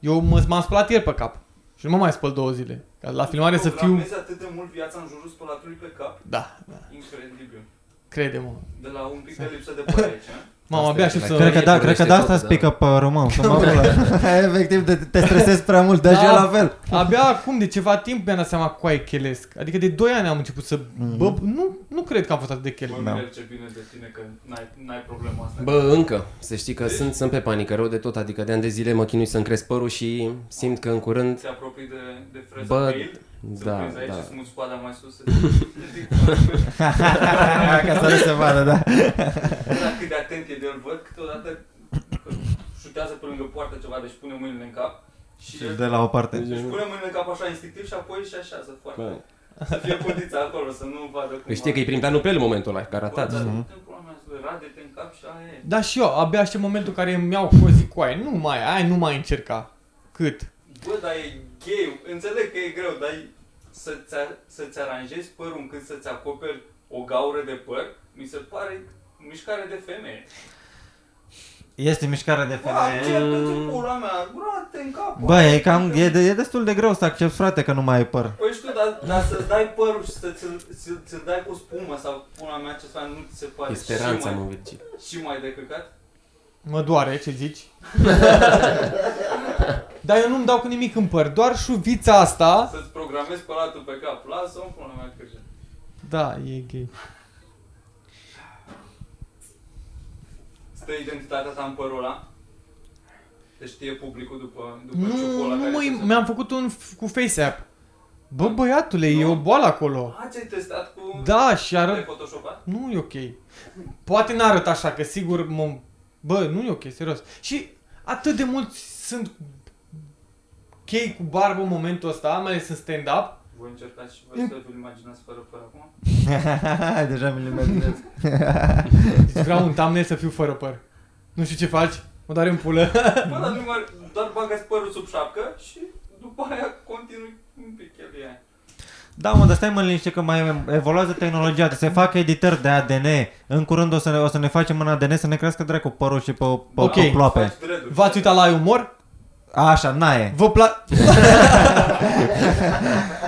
Speaker 3: eu mă, m-am spălat ieri pe cap. Și nu mă mai spăl două zile. Ca la filmare să fiu...
Speaker 5: Programezi atât de mult viața în jurul spălatului pe cap?
Speaker 3: Da,
Speaker 5: Incredibil.
Speaker 3: crede-mă.
Speaker 5: De la un pic de lipsă de păr aici, eh? a?
Speaker 3: Mamă,
Speaker 4: Asta
Speaker 3: abia
Speaker 4: e
Speaker 3: aștept
Speaker 4: corect.
Speaker 1: Cred
Speaker 3: să...
Speaker 1: că da, cred că de asta
Speaker 4: Tot,
Speaker 1: îți
Speaker 4: da.
Speaker 1: pică pe român, să mă pula. Efectiv, te, te stresezi prea mult, de aceea
Speaker 3: Da.
Speaker 1: la fel.
Speaker 3: Abia acum, de ceva timp, mi-am dat seama cu ai chelesc. Adică de 2 ani am început să...
Speaker 4: Mhm.
Speaker 3: Bă, nu, nu cred că am fost atât de chel.
Speaker 5: Mă
Speaker 1: Da.
Speaker 5: înțeleg ce bine de tine că n-ai, n-ai problema asta.
Speaker 4: Bă, încă. Să știi că sunt, sunt pe panică rău de tot, adică de ani de zile mă chinui să-mi cresc părul și simt că în curând...
Speaker 5: Te apropii de, de freza
Speaker 4: Bă,
Speaker 5: pe el? Să-l
Speaker 4: Da,
Speaker 5: prinzi aici și
Speaker 4: da.
Speaker 5: să muți coada mai sus? Să
Speaker 1: Ca să nu se vadă, da.
Speaker 5: Dar cât de atent e de el, văd câteodată că șutează pe lângă poartă ceva, deci pune mâinile în cap și
Speaker 1: Și
Speaker 5: el
Speaker 1: de la o parte.
Speaker 5: deci pune mâinile în cap așa instinctiv și apoi și așa, să
Speaker 4: Bă,
Speaker 5: foarte. Să fie codița acolo, să nu vadă cum.
Speaker 4: Că știi Păi că e prin planul pe el în momentul ăla, garantat.
Speaker 5: Rade-te în cap și aia e.
Speaker 3: Da, și eu, abia aștept momentul în care îmi iau cozi cu aia. Nu mai, ai nu mai încerca. Cât?
Speaker 5: Bă, dar e gay. Înțeleg că e greu, dar e- să-ți, ar- să-ți aranjezi părul încât să-ți acoperi o gaură de păr, mi se pare mișcare de femeie.
Speaker 1: Este mișcarea de
Speaker 5: Bă,
Speaker 1: femeie.
Speaker 5: ce pentru pula mea? Rade în cap.
Speaker 1: Bă, e cam, e, de, e destul de greu să accepti, frate, că nu mai ai păr.
Speaker 5: Păi știu, dar, dar să-ți dai părul și să ți-l, ți-l, ți-l dai cu spumă sau pula mea ce să faci, nu ți se pare
Speaker 4: E speranța,
Speaker 5: și,
Speaker 4: mă,
Speaker 5: mai,
Speaker 4: Virgil.
Speaker 3: Da.
Speaker 5: și mai de căcat?
Speaker 3: Mă doare ce zici. Dar eu nu-mi dau cu nimic în păr, doar șuvița asta.
Speaker 5: Să-ți programezi pălatul pe cap, lasă-o în pula mea că
Speaker 3: Da, e gay.
Speaker 5: Stă identitatea ta în părul ăla? Te știe publicul după, după
Speaker 3: Nu,
Speaker 5: ciucul ăla
Speaker 3: nu
Speaker 5: care
Speaker 3: mă,
Speaker 5: se-
Speaker 3: mi-am făcut un f- cu face app. Bă, băiatule, e o boală acolo.
Speaker 5: A, ți-ai testat cu...
Speaker 3: Da, și
Speaker 5: Ai
Speaker 3: arăt...
Speaker 5: photoshopat?
Speaker 3: Nu e ok. Poate n-arăt așa, că sigur mă... Bă, nu e ok, serios. Și atât de mulți sunt chei cu barbă în momentul ăsta, mai ales în stand-up.
Speaker 5: Voi încercați și voi să vă imaginați fără păr acum?
Speaker 1: Deja mi le imaginez.
Speaker 3: Deci vreau un thumbnail să fiu fără păr. Nu știu ce faci, mă doare în pulă.
Speaker 5: Bă, dar nu mai... Doar bagați părul sub șapcă și după aia continui un pic el e aia.
Speaker 1: Da, mă, dar stai mă liniște că mai evoluează tehnologia, se fac editări de ADN. În curând o să ne, o să ne facem în ADN să ne crească dracu părul și pe, pe,
Speaker 3: Ok.
Speaker 1: okay. pe ploape.
Speaker 3: V-ați uitat la umor?
Speaker 1: Așa, naie.
Speaker 3: Vă pla...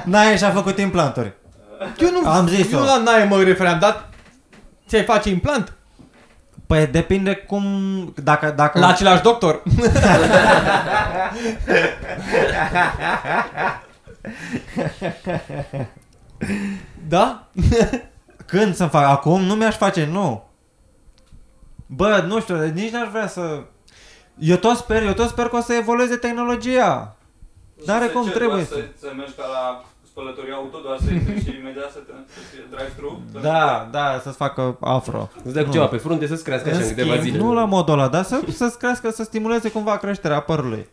Speaker 1: Naie și-a făcut implanturi.
Speaker 3: Eu nu,
Speaker 1: Am zis-o.
Speaker 3: eu nu la naie mă refeream, dar ți-ai face implant?
Speaker 1: Păi depinde cum... Dacă, dacă...
Speaker 3: La același doctor. da?
Speaker 1: Când să fac? Acum nu mi-aș face, nu. Bă, nu știu, nici n-aș vrea să... Eu tot sper, eu tot sper că o să evolueze tehnologia. N-are cum, trebuie
Speaker 5: Să, să mergi ca la spălătoria auto, doar să intri și imediat să te să fie drive-thru.
Speaker 1: Da, da, să-ți facă afro.
Speaker 4: Îți dai cu
Speaker 1: Nu.
Speaker 4: ceva pe frunte să-ți crească așa
Speaker 1: În
Speaker 4: în câteva
Speaker 1: schimb,
Speaker 4: zile.
Speaker 1: nu la modul ăla, dar să, să-ți crească, să stimuleze cumva creșterea părului.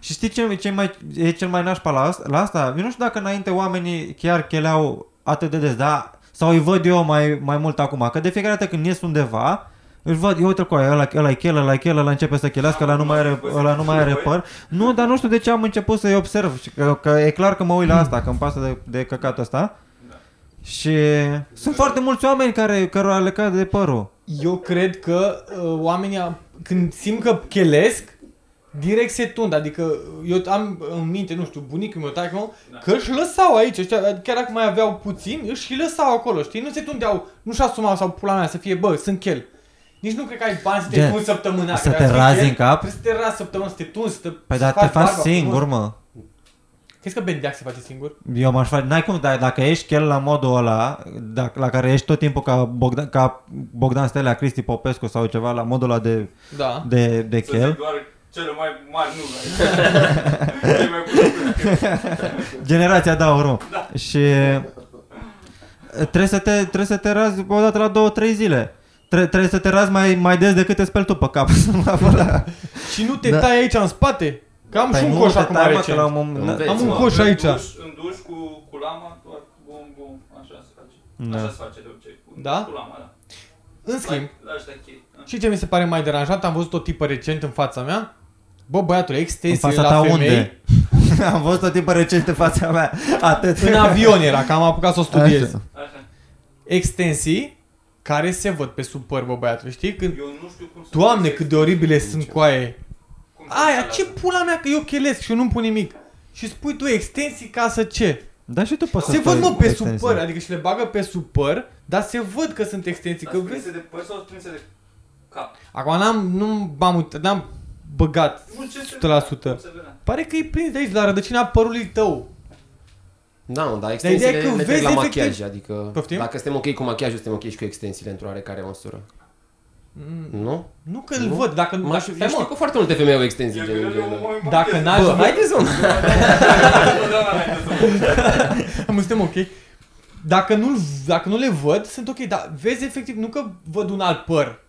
Speaker 1: Și știi ce, ce mai, e cel mai nașpa la, asta- la asta? Eu nu știu dacă înainte oamenii chiar cheleau atât de des, da? Sau îi văd eu mai, mai mult acum, că de fiecare dată când ies undeva, își văd, eu uite cu aia, ăla, ăla-i chel, ăla-i chel, ăla începe să chelească, ăla nu mai are, ăla nu mai are păr. Nu, dar nu știu de ce am început să-i observ, și că, că e clar că mă uit la asta, că îmi pasă de, de căcatul ăsta. Și sunt foarte mulți oameni care, cărora le cade de părul.
Speaker 3: Eu cred că uh, oamenii, a- când simt că chelesc, direct se tund. Adică eu am în minte, nu știu, bunicul meu, taică meu,
Speaker 5: Da.
Speaker 3: că își lăsau aici. Ăștia, uh, chiar dacă mai aveau puțin, își și lăsau acolo, știi? Nu se tundeau, nu-și asumau sau pula mea să fie, bă, sunt chel. Nici nu cred că ai bani să te
Speaker 1: Gen,
Speaker 3: tunzi săptămâna.
Speaker 1: să
Speaker 3: că
Speaker 1: te
Speaker 3: dacă
Speaker 1: razi
Speaker 3: ești
Speaker 1: în cap?
Speaker 3: Trebuie să te razi săptămâna, să te tunzi, să te
Speaker 1: Păi
Speaker 3: să
Speaker 1: dar te faci
Speaker 3: barba,
Speaker 1: singur,
Speaker 3: frumos.
Speaker 1: mă.
Speaker 3: Crezi că Bendeac se face singur?
Speaker 1: Eu m-aș face... N-ai cum, dar dacă ești chel la modul ăla, dacă, la care ești tot timpul ca Bogdan, ca Bogdan Stelea, Cristi Popescu sau ceva, la modul ăla de,
Speaker 3: Da.
Speaker 1: de, de
Speaker 5: Să zic
Speaker 1: chel,
Speaker 5: doar cele mai mari nume. Cei mai cunoscuți.
Speaker 1: generația da oro. Și trebuie să te, trebuie să te razi o dată la două, trei zile. Tre- trebuie să te razi mai, mai des decât te speli tu pe cap.
Speaker 3: Și nu te
Speaker 1: Da. Păi
Speaker 3: tai aici în spate? Că am și un coș acum
Speaker 1: mă, că
Speaker 3: recent.
Speaker 1: la un moment...
Speaker 4: Înveți,
Speaker 1: da-
Speaker 3: Am un
Speaker 4: mă.
Speaker 3: coș
Speaker 5: În
Speaker 3: aici.
Speaker 5: duș- În duș cu, cu lama, doar bum, bum, așa se face.
Speaker 1: Da.
Speaker 5: Așa se face de obicei. Cu,
Speaker 3: Da?
Speaker 5: Cu lama, da.
Speaker 3: În schimb,
Speaker 5: La, la ăștia chei. da.
Speaker 3: Și ce mi se pare mai deranjant, am văzut o tipă recent în fața mea. Bă, băiatul,
Speaker 1: În
Speaker 3: extensiile
Speaker 1: fața
Speaker 3: la
Speaker 1: ta
Speaker 3: femei.
Speaker 1: unde? Am văzut tot timpul recent în fața mea. Atât.
Speaker 3: În avion era, că am apucat să o studiez.
Speaker 1: Așa.
Speaker 5: Așa.
Speaker 3: Extensii care se văd pe sub păr, bă, băiatul, știi? Când,
Speaker 5: Eu nu știu cum se
Speaker 3: doamne,
Speaker 5: face-
Speaker 3: cât de oribile sunt coaie.
Speaker 5: cum se
Speaker 3: Aia,
Speaker 5: face
Speaker 3: ce pula mea că eu chelesc și eu nu-mi pun nimic. Și spui tu extensii ca să ce?
Speaker 1: Da, și tu poți să
Speaker 3: Se văd,
Speaker 1: spui
Speaker 3: mă, pe sub
Speaker 1: extensia.
Speaker 3: păr, adică și le bagă pe sub păr, dar se văd că sunt extensii, că
Speaker 5: Dar
Speaker 3: vezi.
Speaker 5: prinse de păr sau prinse de cap?
Speaker 3: Acum n-am, nu m-am uitat, n-am băgat.
Speaker 5: Nu, ce se
Speaker 3: 100%.
Speaker 5: cum se vede?
Speaker 3: Pare că e prins de aici, de la rădăcina părului tău.
Speaker 4: Da, mă, dar
Speaker 3: ideea e
Speaker 4: extensiile
Speaker 3: că
Speaker 4: le trec
Speaker 3: vezi
Speaker 4: la
Speaker 3: efectiv-
Speaker 4: machiaj, adică
Speaker 3: Poftim?
Speaker 4: dacă suntem ok cu machiajul, suntem ok și cu extensiile într-o oarecare măsură.
Speaker 3: Mm,
Speaker 4: Nu?
Speaker 3: Nu că îl
Speaker 4: Nu?
Speaker 3: văd, dacă nu...
Speaker 4: Da, Mă,
Speaker 3: Dacă,
Speaker 4: știu, eu
Speaker 3: stai,
Speaker 4: știu
Speaker 3: mă,
Speaker 4: că foarte multe femei au
Speaker 5: E
Speaker 4: extensii
Speaker 5: greu de omor
Speaker 4: gen
Speaker 5: în
Speaker 3: dacă
Speaker 5: parchez.
Speaker 3: n-aș...
Speaker 4: Bă, haideți mă!
Speaker 5: Totdeauna înainte să mă-
Speaker 3: Am suntem ok. Dacă nu, dacă nu le văd, sunt ok, dar vezi efectiv, nu că văd un alt păr.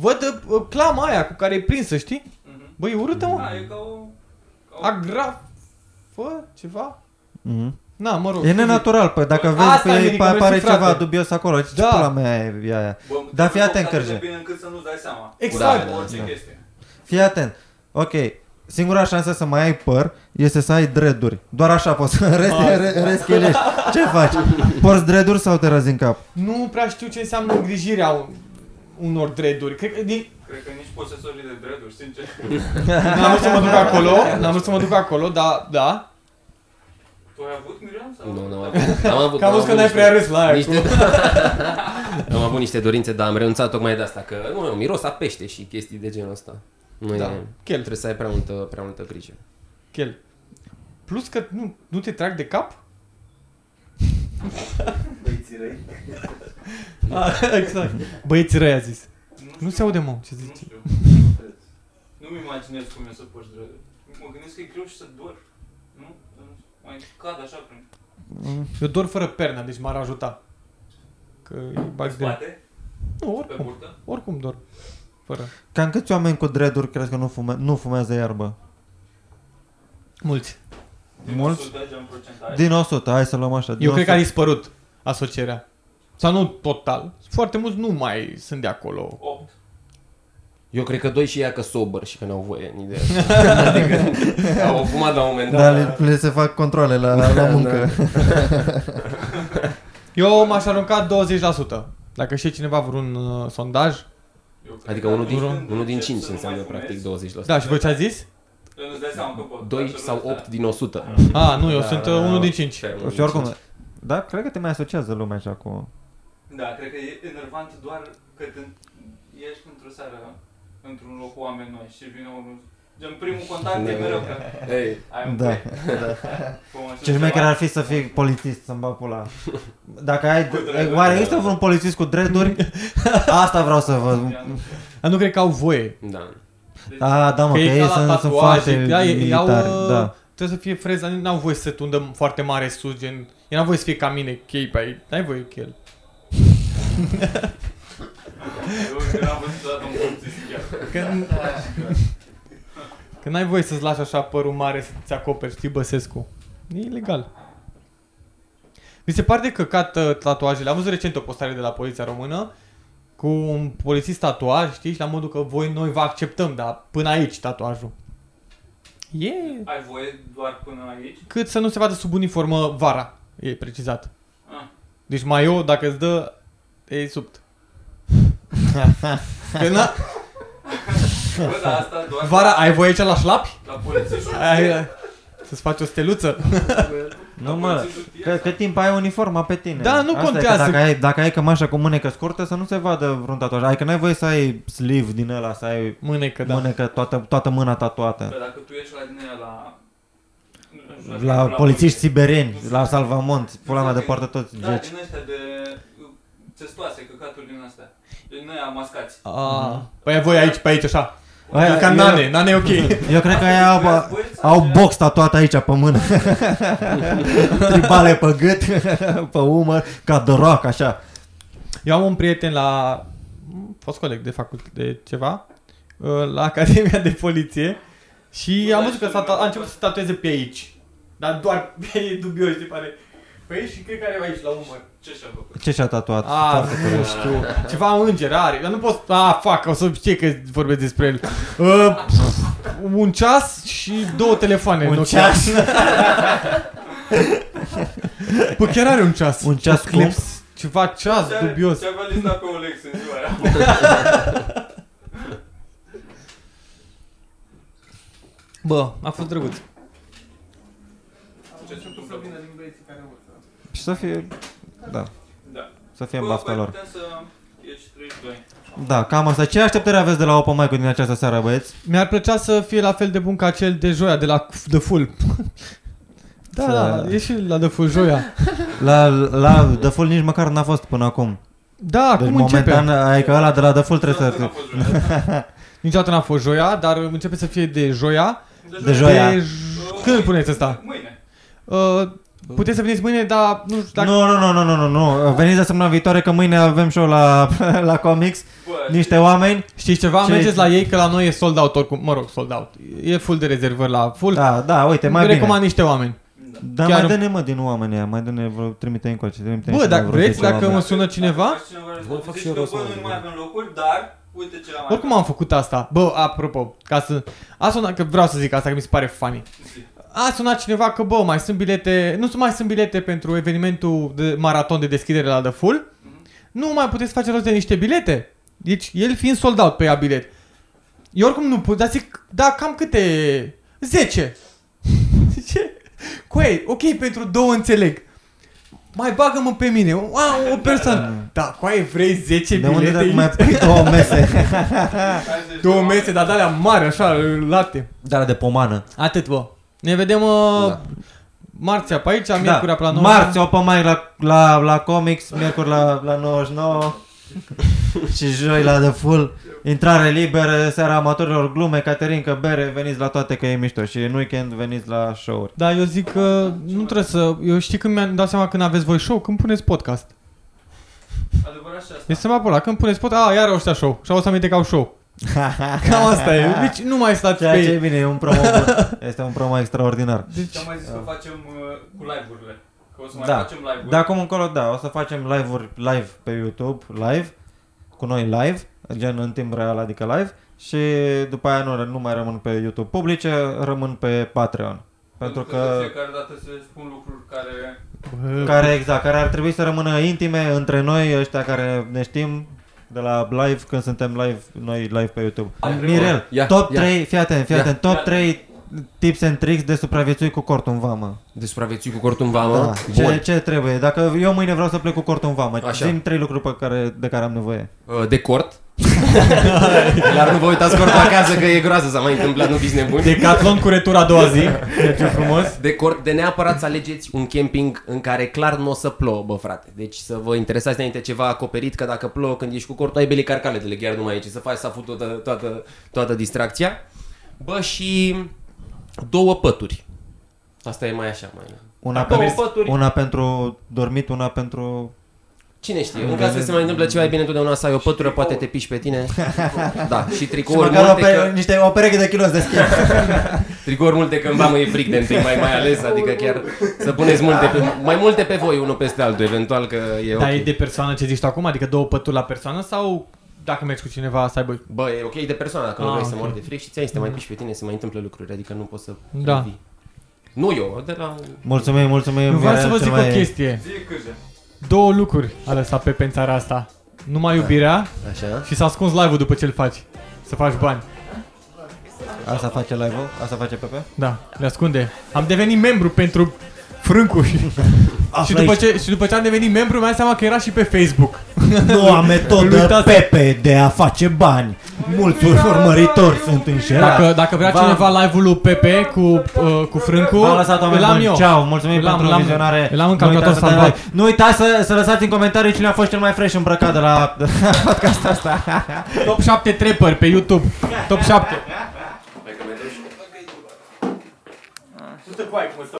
Speaker 3: Văd uh, clama aia cu care e prinsă, știi?
Speaker 5: Mhm.
Speaker 3: Băi, urâtă,
Speaker 5: Da,
Speaker 3: mă.
Speaker 5: e ca o... ca o-
Speaker 3: Agrafă, ceva?
Speaker 1: Mhm.
Speaker 3: Na, mă rog.
Speaker 1: E nenatural, păi dacă
Speaker 5: Asta
Speaker 1: vezi,
Speaker 3: e
Speaker 1: păi,
Speaker 3: Nica,
Speaker 1: pa- apare
Speaker 3: mersi, frate.
Speaker 1: ceva dubios acolo. Ce
Speaker 3: Da.
Speaker 1: da. pula mea e e aia?
Speaker 5: Bă,
Speaker 1: Dar fii
Speaker 5: trebuie
Speaker 1: atent,
Speaker 5: să o faci
Speaker 1: Cărge.
Speaker 5: de Bine încât să nu-ți dai seama.
Speaker 3: Exact.
Speaker 5: Da, orice
Speaker 4: Da.
Speaker 5: chestie.
Speaker 1: Fii atent. Ok, singura șansă să mai ai păr este să ai dreduri. Doar așa poți să în rest, în re- în rest chelești. Ce faci? Porți dreduri sau te răzi în cap?
Speaker 3: Nu prea știu ce înseamnă îngrijirea un- unor dreaduri. Cred că din...
Speaker 5: Cred că nici posesorii de dreaduri, sincer.
Speaker 3: N-am vrut să mă duc acolo, n-am vrut să mă duc acolo, dar da.
Speaker 5: Tu ai avut, Miriam? Sau?
Speaker 4: Nu, n-am avut. N-am avut
Speaker 3: Că am
Speaker 4: n-am
Speaker 3: văzut că
Speaker 4: avut
Speaker 3: n-ai
Speaker 4: niște-
Speaker 3: prea râs la aia.
Speaker 4: Niște... am avut niște dorințe, dar am renunțat tocmai de asta, că nu, miros a pește și chestii de genul ăsta. Nu
Speaker 3: Da.
Speaker 4: da. e,
Speaker 3: Chel,
Speaker 4: trebuie să ai prea multă, prea multă grijă.
Speaker 3: chel. Plus că nu, nu te trag de cap?
Speaker 2: Băieții răi.
Speaker 3: exact. Băieți răi a zis.
Speaker 5: știu.
Speaker 3: Nu se aude, mă, ce
Speaker 5: Nu
Speaker 3: zici?
Speaker 5: știu. Nu-mi imaginez cum e să porți dreaduri. Mă gândesc că e greu și să dor. Nu? Mai cad așa prin
Speaker 3: Eu dor fără pernă, deci m-ar ajuta. Că îi bag de...
Speaker 5: spate,
Speaker 3: Nu,
Speaker 5: pe
Speaker 3: oricum,
Speaker 5: burtă.
Speaker 3: oricum dor. Fără.
Speaker 1: Cam câți oameni cu dreduri crezi că nu, fume- nu fumează iarbă?
Speaker 3: Mulți.
Speaker 5: Din
Speaker 1: Mulți?
Speaker 5: 100 Deci gen procentaj.
Speaker 1: Din 100, hai să luăm așa. Din
Speaker 3: Eu cred că a
Speaker 1: 100.
Speaker 3: dispărut asocierea. Sau nu total. Foarte mulți nu mai sunt de acolo.
Speaker 5: 8.
Speaker 4: Eu cred că doi și ea că sober și că n-au voie în ideea asta. adică, au fumat la un moment dat.
Speaker 1: Da, le, le se fac controle la, la muncă.
Speaker 3: Eu m-aș arunca 20%. Dacă știe cineva vreun uh, sondaj.
Speaker 5: Eu cred
Speaker 4: Adică
Speaker 5: că
Speaker 4: unul din,
Speaker 5: atunci când
Speaker 4: unul din
Speaker 5: începi
Speaker 4: 5
Speaker 5: să nu
Speaker 4: înseamnă
Speaker 5: mai
Speaker 4: practic
Speaker 5: fumezi,
Speaker 4: 20%.
Speaker 3: Da, și voi ce ați zis?
Speaker 5: Îți dai seama că
Speaker 1: Da.
Speaker 5: pot.
Speaker 4: 2
Speaker 5: toată
Speaker 4: sau
Speaker 5: lumea
Speaker 4: 8 din 100.
Speaker 3: A, Ah, nu, eu
Speaker 4: Da,
Speaker 3: sunt
Speaker 4: da, da.
Speaker 3: 1 din 5.
Speaker 4: Fair, unul
Speaker 1: Și
Speaker 4: din
Speaker 1: oricum,
Speaker 4: cinci.
Speaker 1: da, cred că te mai asociază lumea așa cu...
Speaker 5: Da, cred că e enervant doar că te- ești într-o seară, într-un loc cu oameni noi și vine unul... Gen, primul contact e
Speaker 4: Da.
Speaker 5: mereu că
Speaker 4: Ei,
Speaker 5: ai un
Speaker 1: Da.
Speaker 5: proiect. Cum așa
Speaker 1: Ce
Speaker 5: ceva.
Speaker 1: șmecher ar fi să fii polițist, să-mi bag pula. Dacă ai...
Speaker 5: Cu dreaduri,
Speaker 1: Oare
Speaker 5: da.
Speaker 1: există vreun polițist cu dreaduri? Asta vreau să vă...
Speaker 3: Dar nu cred că au voie.
Speaker 4: da.
Speaker 5: Deci,
Speaker 1: Da, da, mă,
Speaker 3: Că
Speaker 1: că
Speaker 3: e ca
Speaker 1: ei
Speaker 3: la
Speaker 1: sunt, sunt
Speaker 3: tatuaje,
Speaker 1: foarte
Speaker 3: da, ei- ei au,
Speaker 1: militari.
Speaker 3: uh,
Speaker 1: Da.
Speaker 3: Trebuie să fie freza, n-au voie să se tundă foarte mare sus, gen... Eu n-am voie să fie ca mine, chei pe aici. N-ai voie chel.
Speaker 5: eu n-am văzut niciodată un polițist chiar.
Speaker 3: Că, că n-ai voie să-ți lași așa părul mare să-ți acoperi, știi, Băsescu. E ilegal. Mi se pare de căcat uh, tatuajele. Am văzut recent o postare de la Poliția Română cu un polițist tatuaj, știi, și la modul că voi noi vă acceptăm, dar până aici tatuajul. E... Yeah.
Speaker 5: Ai voie doar până aici?
Speaker 3: Cât să nu se vadă sub uniformă vara, e precizat.
Speaker 5: Ah.
Speaker 3: Deci maio, dacă îți dă, e subt. Că na,
Speaker 5: Bă, dar asta doar
Speaker 3: vara, ai voie cea la șlapi?
Speaker 5: la polițiștul.
Speaker 3: Ai, să-ți faci o steluță?
Speaker 1: Nu mă, că, cât timp ai uniforma pe tine.
Speaker 3: Da, nu
Speaker 1: Asta e, că
Speaker 3: contează.
Speaker 1: Dacă ai, dacă ai cămașa cu mânecă scurtă, să nu se vadă vreun tatuaj. Adică n-ai voie să ai sleeve din ăla, să ai
Speaker 3: Mânecă, da.
Speaker 1: da. mânecă, toată, toată mâna tatuată.
Speaker 5: Bă, dacă tu ești la din aia la... nu știu,
Speaker 1: La polițiști sibereni, la Salvamont, pula mea de
Speaker 5: Da,
Speaker 1: poartă toți deci.
Speaker 5: Da,
Speaker 1: geci.
Speaker 5: din ăștia de uh, testoase, căcaturi din astea. Din aia mascați.
Speaker 3: Ah. Păi voi aici, pe aici, așa.
Speaker 1: Aia,
Speaker 3: Aia, ca
Speaker 1: eu-
Speaker 3: nane, nane e ok.
Speaker 1: Eu cred că aia au,
Speaker 5: Băiați băieți sau
Speaker 1: au
Speaker 5: ce?
Speaker 1: box tatuat aici pe mână. Tribale pe gât, pe umăr, ca The Rock, așa.
Speaker 3: Eu am un prieten la... fost coleg de facultate de ceva, ă, la Academia de Poliție și
Speaker 5: Bă,
Speaker 3: am
Speaker 5: da,
Speaker 3: văzut că
Speaker 5: și
Speaker 3: s-a ta-
Speaker 5: lumea-
Speaker 3: a început să tatueze pe aici. Dar doar pe e dubios, se pare. Pe aici și cred că are aici, la umăr.
Speaker 5: Ce și-a făcut?
Speaker 1: Ce și-a tatuat?
Speaker 3: A, Ah, nu știu. Ceva înger are. Dar nu pot... A, fac, o să știe că vorbesc despre el. Uh, un ceas și două telefoane.
Speaker 1: Un
Speaker 3: Nokia.
Speaker 1: ceas.
Speaker 3: Bă, chiar are un ceas.
Speaker 1: Un ceas cum?
Speaker 3: Eclipse. Ceva ceas
Speaker 5: Ce-
Speaker 3: dubios.
Speaker 5: Ce avea listat pe Olex în ziua aia?
Speaker 3: Bă, a fost drăguț.
Speaker 5: Ce se întâmplă?
Speaker 1: Și să fie... Da,
Speaker 5: Da.
Speaker 1: să fie în
Speaker 5: Bă,
Speaker 1: bafta
Speaker 5: băi,
Speaker 1: lor.
Speaker 5: putem să ieși 32.
Speaker 1: Da, cam asta. Ce așteptări aveți de la Open Mic din această seară, băieți?
Speaker 3: Mi-ar plăcea să fie la fel de bun ca cel de joia de la The Full. da, da,
Speaker 1: Să-
Speaker 3: e și la The Full joia.
Speaker 1: La, la The Full nici măcar n-a fost până acum.
Speaker 3: Da,
Speaker 1: Deci
Speaker 3: cum
Speaker 1: momentan,
Speaker 3: începe?
Speaker 1: adică ăla de la The Full trebuie
Speaker 5: Asta n-a
Speaker 1: să...
Speaker 5: fost joia.
Speaker 3: Niciodată n-a fost joia, dar începe să fie de joia.
Speaker 1: De joia.
Speaker 3: De j- Când îl puneți asta?
Speaker 5: Deci, Mâine.
Speaker 3: Uh, puteți să veniți mâine, dar nu știu dacă...
Speaker 1: Nu, nu, nu, nu, nu, nu, nu. Veniți de săptămâna viitoare că mâine avem show la, la comics.
Speaker 5: Bă, deci-
Speaker 1: Niște oameni.
Speaker 3: Știți ceva?
Speaker 1: Ce-
Speaker 3: Mergeți la ei că la noi e sold out oricum. Mă rog, sold out. E full de rezervări la full.
Speaker 1: Da, da, uite, mai
Speaker 3: Mai
Speaker 1: bine.
Speaker 3: recomand niște oameni.
Speaker 5: da.
Speaker 1: Dar
Speaker 3: Chiar-
Speaker 1: mai dă-ne mă din oameni aia, mai dă-ne, vreo- trimite încoace, trimite
Speaker 3: Bă,
Speaker 1: niște
Speaker 3: dacă
Speaker 1: vreo
Speaker 3: vreți,
Speaker 1: zece
Speaker 3: dacă
Speaker 1: oameni.
Speaker 3: mă sună cineva...
Speaker 5: Da. Dacă cineva răspunde,
Speaker 4: Bă, fac și
Speaker 5: zici
Speaker 4: eu
Speaker 5: că,
Speaker 4: rost,
Speaker 5: bă,
Speaker 4: mă,
Speaker 5: nu
Speaker 4: da.
Speaker 5: mai avem locuri, dar uite ce am mai
Speaker 3: Oricum am făcut asta. Bă, apropo, ca să... A sunat, că vreau să zic asta, că mi se pare funny.
Speaker 5: Zi.
Speaker 3: A sunat cineva că, bă, mai sunt bilete... Nu mai sunt bilete pentru evenimentul de maraton de deschidere la The Full. Nu mai puteți face rost de niște bilete. Deci, el fiind sold out pe ea bilet. Eu oricum nu pot, dar zic, da, cam câte... 10. Ce? Coe, ok, pentru două înțeleg. Mai bagă-mă pe mine, a, o persoană. Da, coaie, vrei 10
Speaker 1: De unde
Speaker 3: bilete
Speaker 1: dacă mai
Speaker 3: aici?
Speaker 1: pui două mese?
Speaker 5: 60 de
Speaker 3: Două
Speaker 5: oameni.
Speaker 3: mese, dar de alea mari, așa, late.
Speaker 1: Da, de pomană.
Speaker 3: Atât, bă. Ne vedem uh,
Speaker 4: Da.
Speaker 3: marțea pe aici,
Speaker 1: Da,
Speaker 3: miercurea pe la 9.
Speaker 1: marți Open Mic la, la, la comics, miercuri la, la 99 și joi la The Full. Intrare liberă, seara amatorilor, glume, Caterinca, bere, veniți la toate că e mișto și în weekend veniți la show-uri.
Speaker 3: Da, eu zic că nu trebuie să... Eu știi când mi-am dat seama când aveți voi show? Când puneți podcast.
Speaker 5: Adevărat și asta.
Speaker 3: Este seama pe ăla, când puneți podcast... A, iar ăștia show. Și au să aminte că au show. Cam asta e. Deci nu mai stați
Speaker 1: Ceea ce e
Speaker 3: pe...
Speaker 1: bine, e un promo bun. Este un promo extraordinar.
Speaker 5: Deci, am mai zis că facem uh, cu live-urile. Că o să mai
Speaker 1: Da.
Speaker 5: facem live-uri.
Speaker 1: De acum încolo, da, o să facem live-uri live pe YouTube, live, cu noi live, gen în timp real, adică live, și după aia nu, nu mai rămân pe YouTube publice, rămân pe Patreon. Pentru
Speaker 5: de
Speaker 1: că
Speaker 5: fiecare dată se spun lucruri care
Speaker 3: Bă,
Speaker 1: care, exact, care ar trebui să rămână intime între noi, ăștia care ne știm de la live, când suntem live, noi live pe YouTube.
Speaker 5: Hai, primul.
Speaker 1: Mirel,
Speaker 4: Ia,
Speaker 1: top
Speaker 4: ia.
Speaker 1: 3, fii atent, fii
Speaker 4: Ia.
Speaker 1: atent, top
Speaker 5: Ia.
Speaker 1: 3 tips and tricks de supraviețui cu cortul în vamă.
Speaker 4: De supraviețui Deci cu cortul în vamă.
Speaker 1: Da.
Speaker 4: Bun.
Speaker 1: Ce, ce trebuie? Dacă eu mâine vreau să plec cu cortul în vamă,
Speaker 4: Așa.
Speaker 1: zim trei lucruri pe care, de care am nevoie.
Speaker 4: Uh, De cort. Dar nu vă uitați cortul acasă că e groază, s-a mai întâmplat, nu fiți nebuni.
Speaker 3: Decathlon cu retura a doua zi. Deci e frumos.
Speaker 4: De cort, de neapărat să alegeți un camping în care clar nu o să plouă, bă frate. Deci să vă interesați înainte ceva acoperit, că dacă plouă când ești cu cortul, ai belicarcale de chiar numai aici, să faci să fut toată, toată, toată distracția. Bă, și două pături. Asta e mai așa, mai...
Speaker 1: Una,
Speaker 4: Două
Speaker 1: pentru,
Speaker 4: pături.
Speaker 1: una pentru dormit, una pentru...
Speaker 4: Cine știe, în caz că se mai întâmplă ceva, e bine întotdeauna să ai o pătură, poate te piși pe tine. Da, și
Speaker 1: Și
Speaker 4: tricouri
Speaker 1: măcar o,
Speaker 4: multe,
Speaker 1: pe,
Speaker 4: că,
Speaker 1: niște, o pereche de kilos de schimb.
Speaker 4: tricouri multe că în vamă e fric de întâi, mai, mai ales, adică chiar să puneți multe pe, mai multe pe voi, unul peste altul, eventual că e ok.
Speaker 3: Dar e de persoană ce zici tu acum? Adică două pături la persoană sau dacă mergi cu cineva să aibă...
Speaker 4: Bă, e ok de persoană, dacă nu
Speaker 3: Ah,
Speaker 4: vrei să
Speaker 3: ok. Mm.
Speaker 4: mori de fric și ți-ai să te mai piși pe tine, se mai întâmplă lucruri, adică nu poți să
Speaker 3: Da.
Speaker 4: revii. Nu eu, de la...
Speaker 1: Mulțumim, mulțumim.
Speaker 3: Eu vreau să
Speaker 1: Mirel, cel
Speaker 3: vă zic
Speaker 1: mai-
Speaker 3: o chestie.
Speaker 5: Zi câte.
Speaker 3: Două lucruri a lăsat pe în țara asta. Numai
Speaker 1: Da.
Speaker 3: iubirea
Speaker 4: Așa?
Speaker 3: și s-a ascuns live-ul după ce îl faci. Să faci bani.
Speaker 1: Asta face live-ul? Asta face Pepe?
Speaker 3: Da, le ascunde. Am devenit membru pentru frâncuri. și, după ce, și după ce am devenit membru, mi-am dat seama că era și pe Facebook.
Speaker 1: Noua
Speaker 3: Lui
Speaker 1: metodă
Speaker 3: tată.
Speaker 1: Pepe de a face bani. Mulți urmăritori sunt înșelați.
Speaker 3: Dacă, dacă vrea
Speaker 1: V-am-
Speaker 3: cineva live-ul lui Pepe cu, uh, cu frâncul,
Speaker 1: V-am lăsat oameni
Speaker 3: îl am
Speaker 1: buni.
Speaker 3: eu.
Speaker 1: Ceau, mulțumim
Speaker 3: Îl am,
Speaker 1: pentru
Speaker 3: îl am-
Speaker 1: vizionare.
Speaker 3: îl am în
Speaker 1: Nu uitați
Speaker 3: calculator
Speaker 1: să dați
Speaker 3: salvat.
Speaker 1: like. Nu uitați să, să lăsați în comentarii cine a fost cel mai fresh îmbrăcat de la podcast asta.
Speaker 3: Top 7 trepări pe YouTube. Top 7.
Speaker 5: Nu te coai cum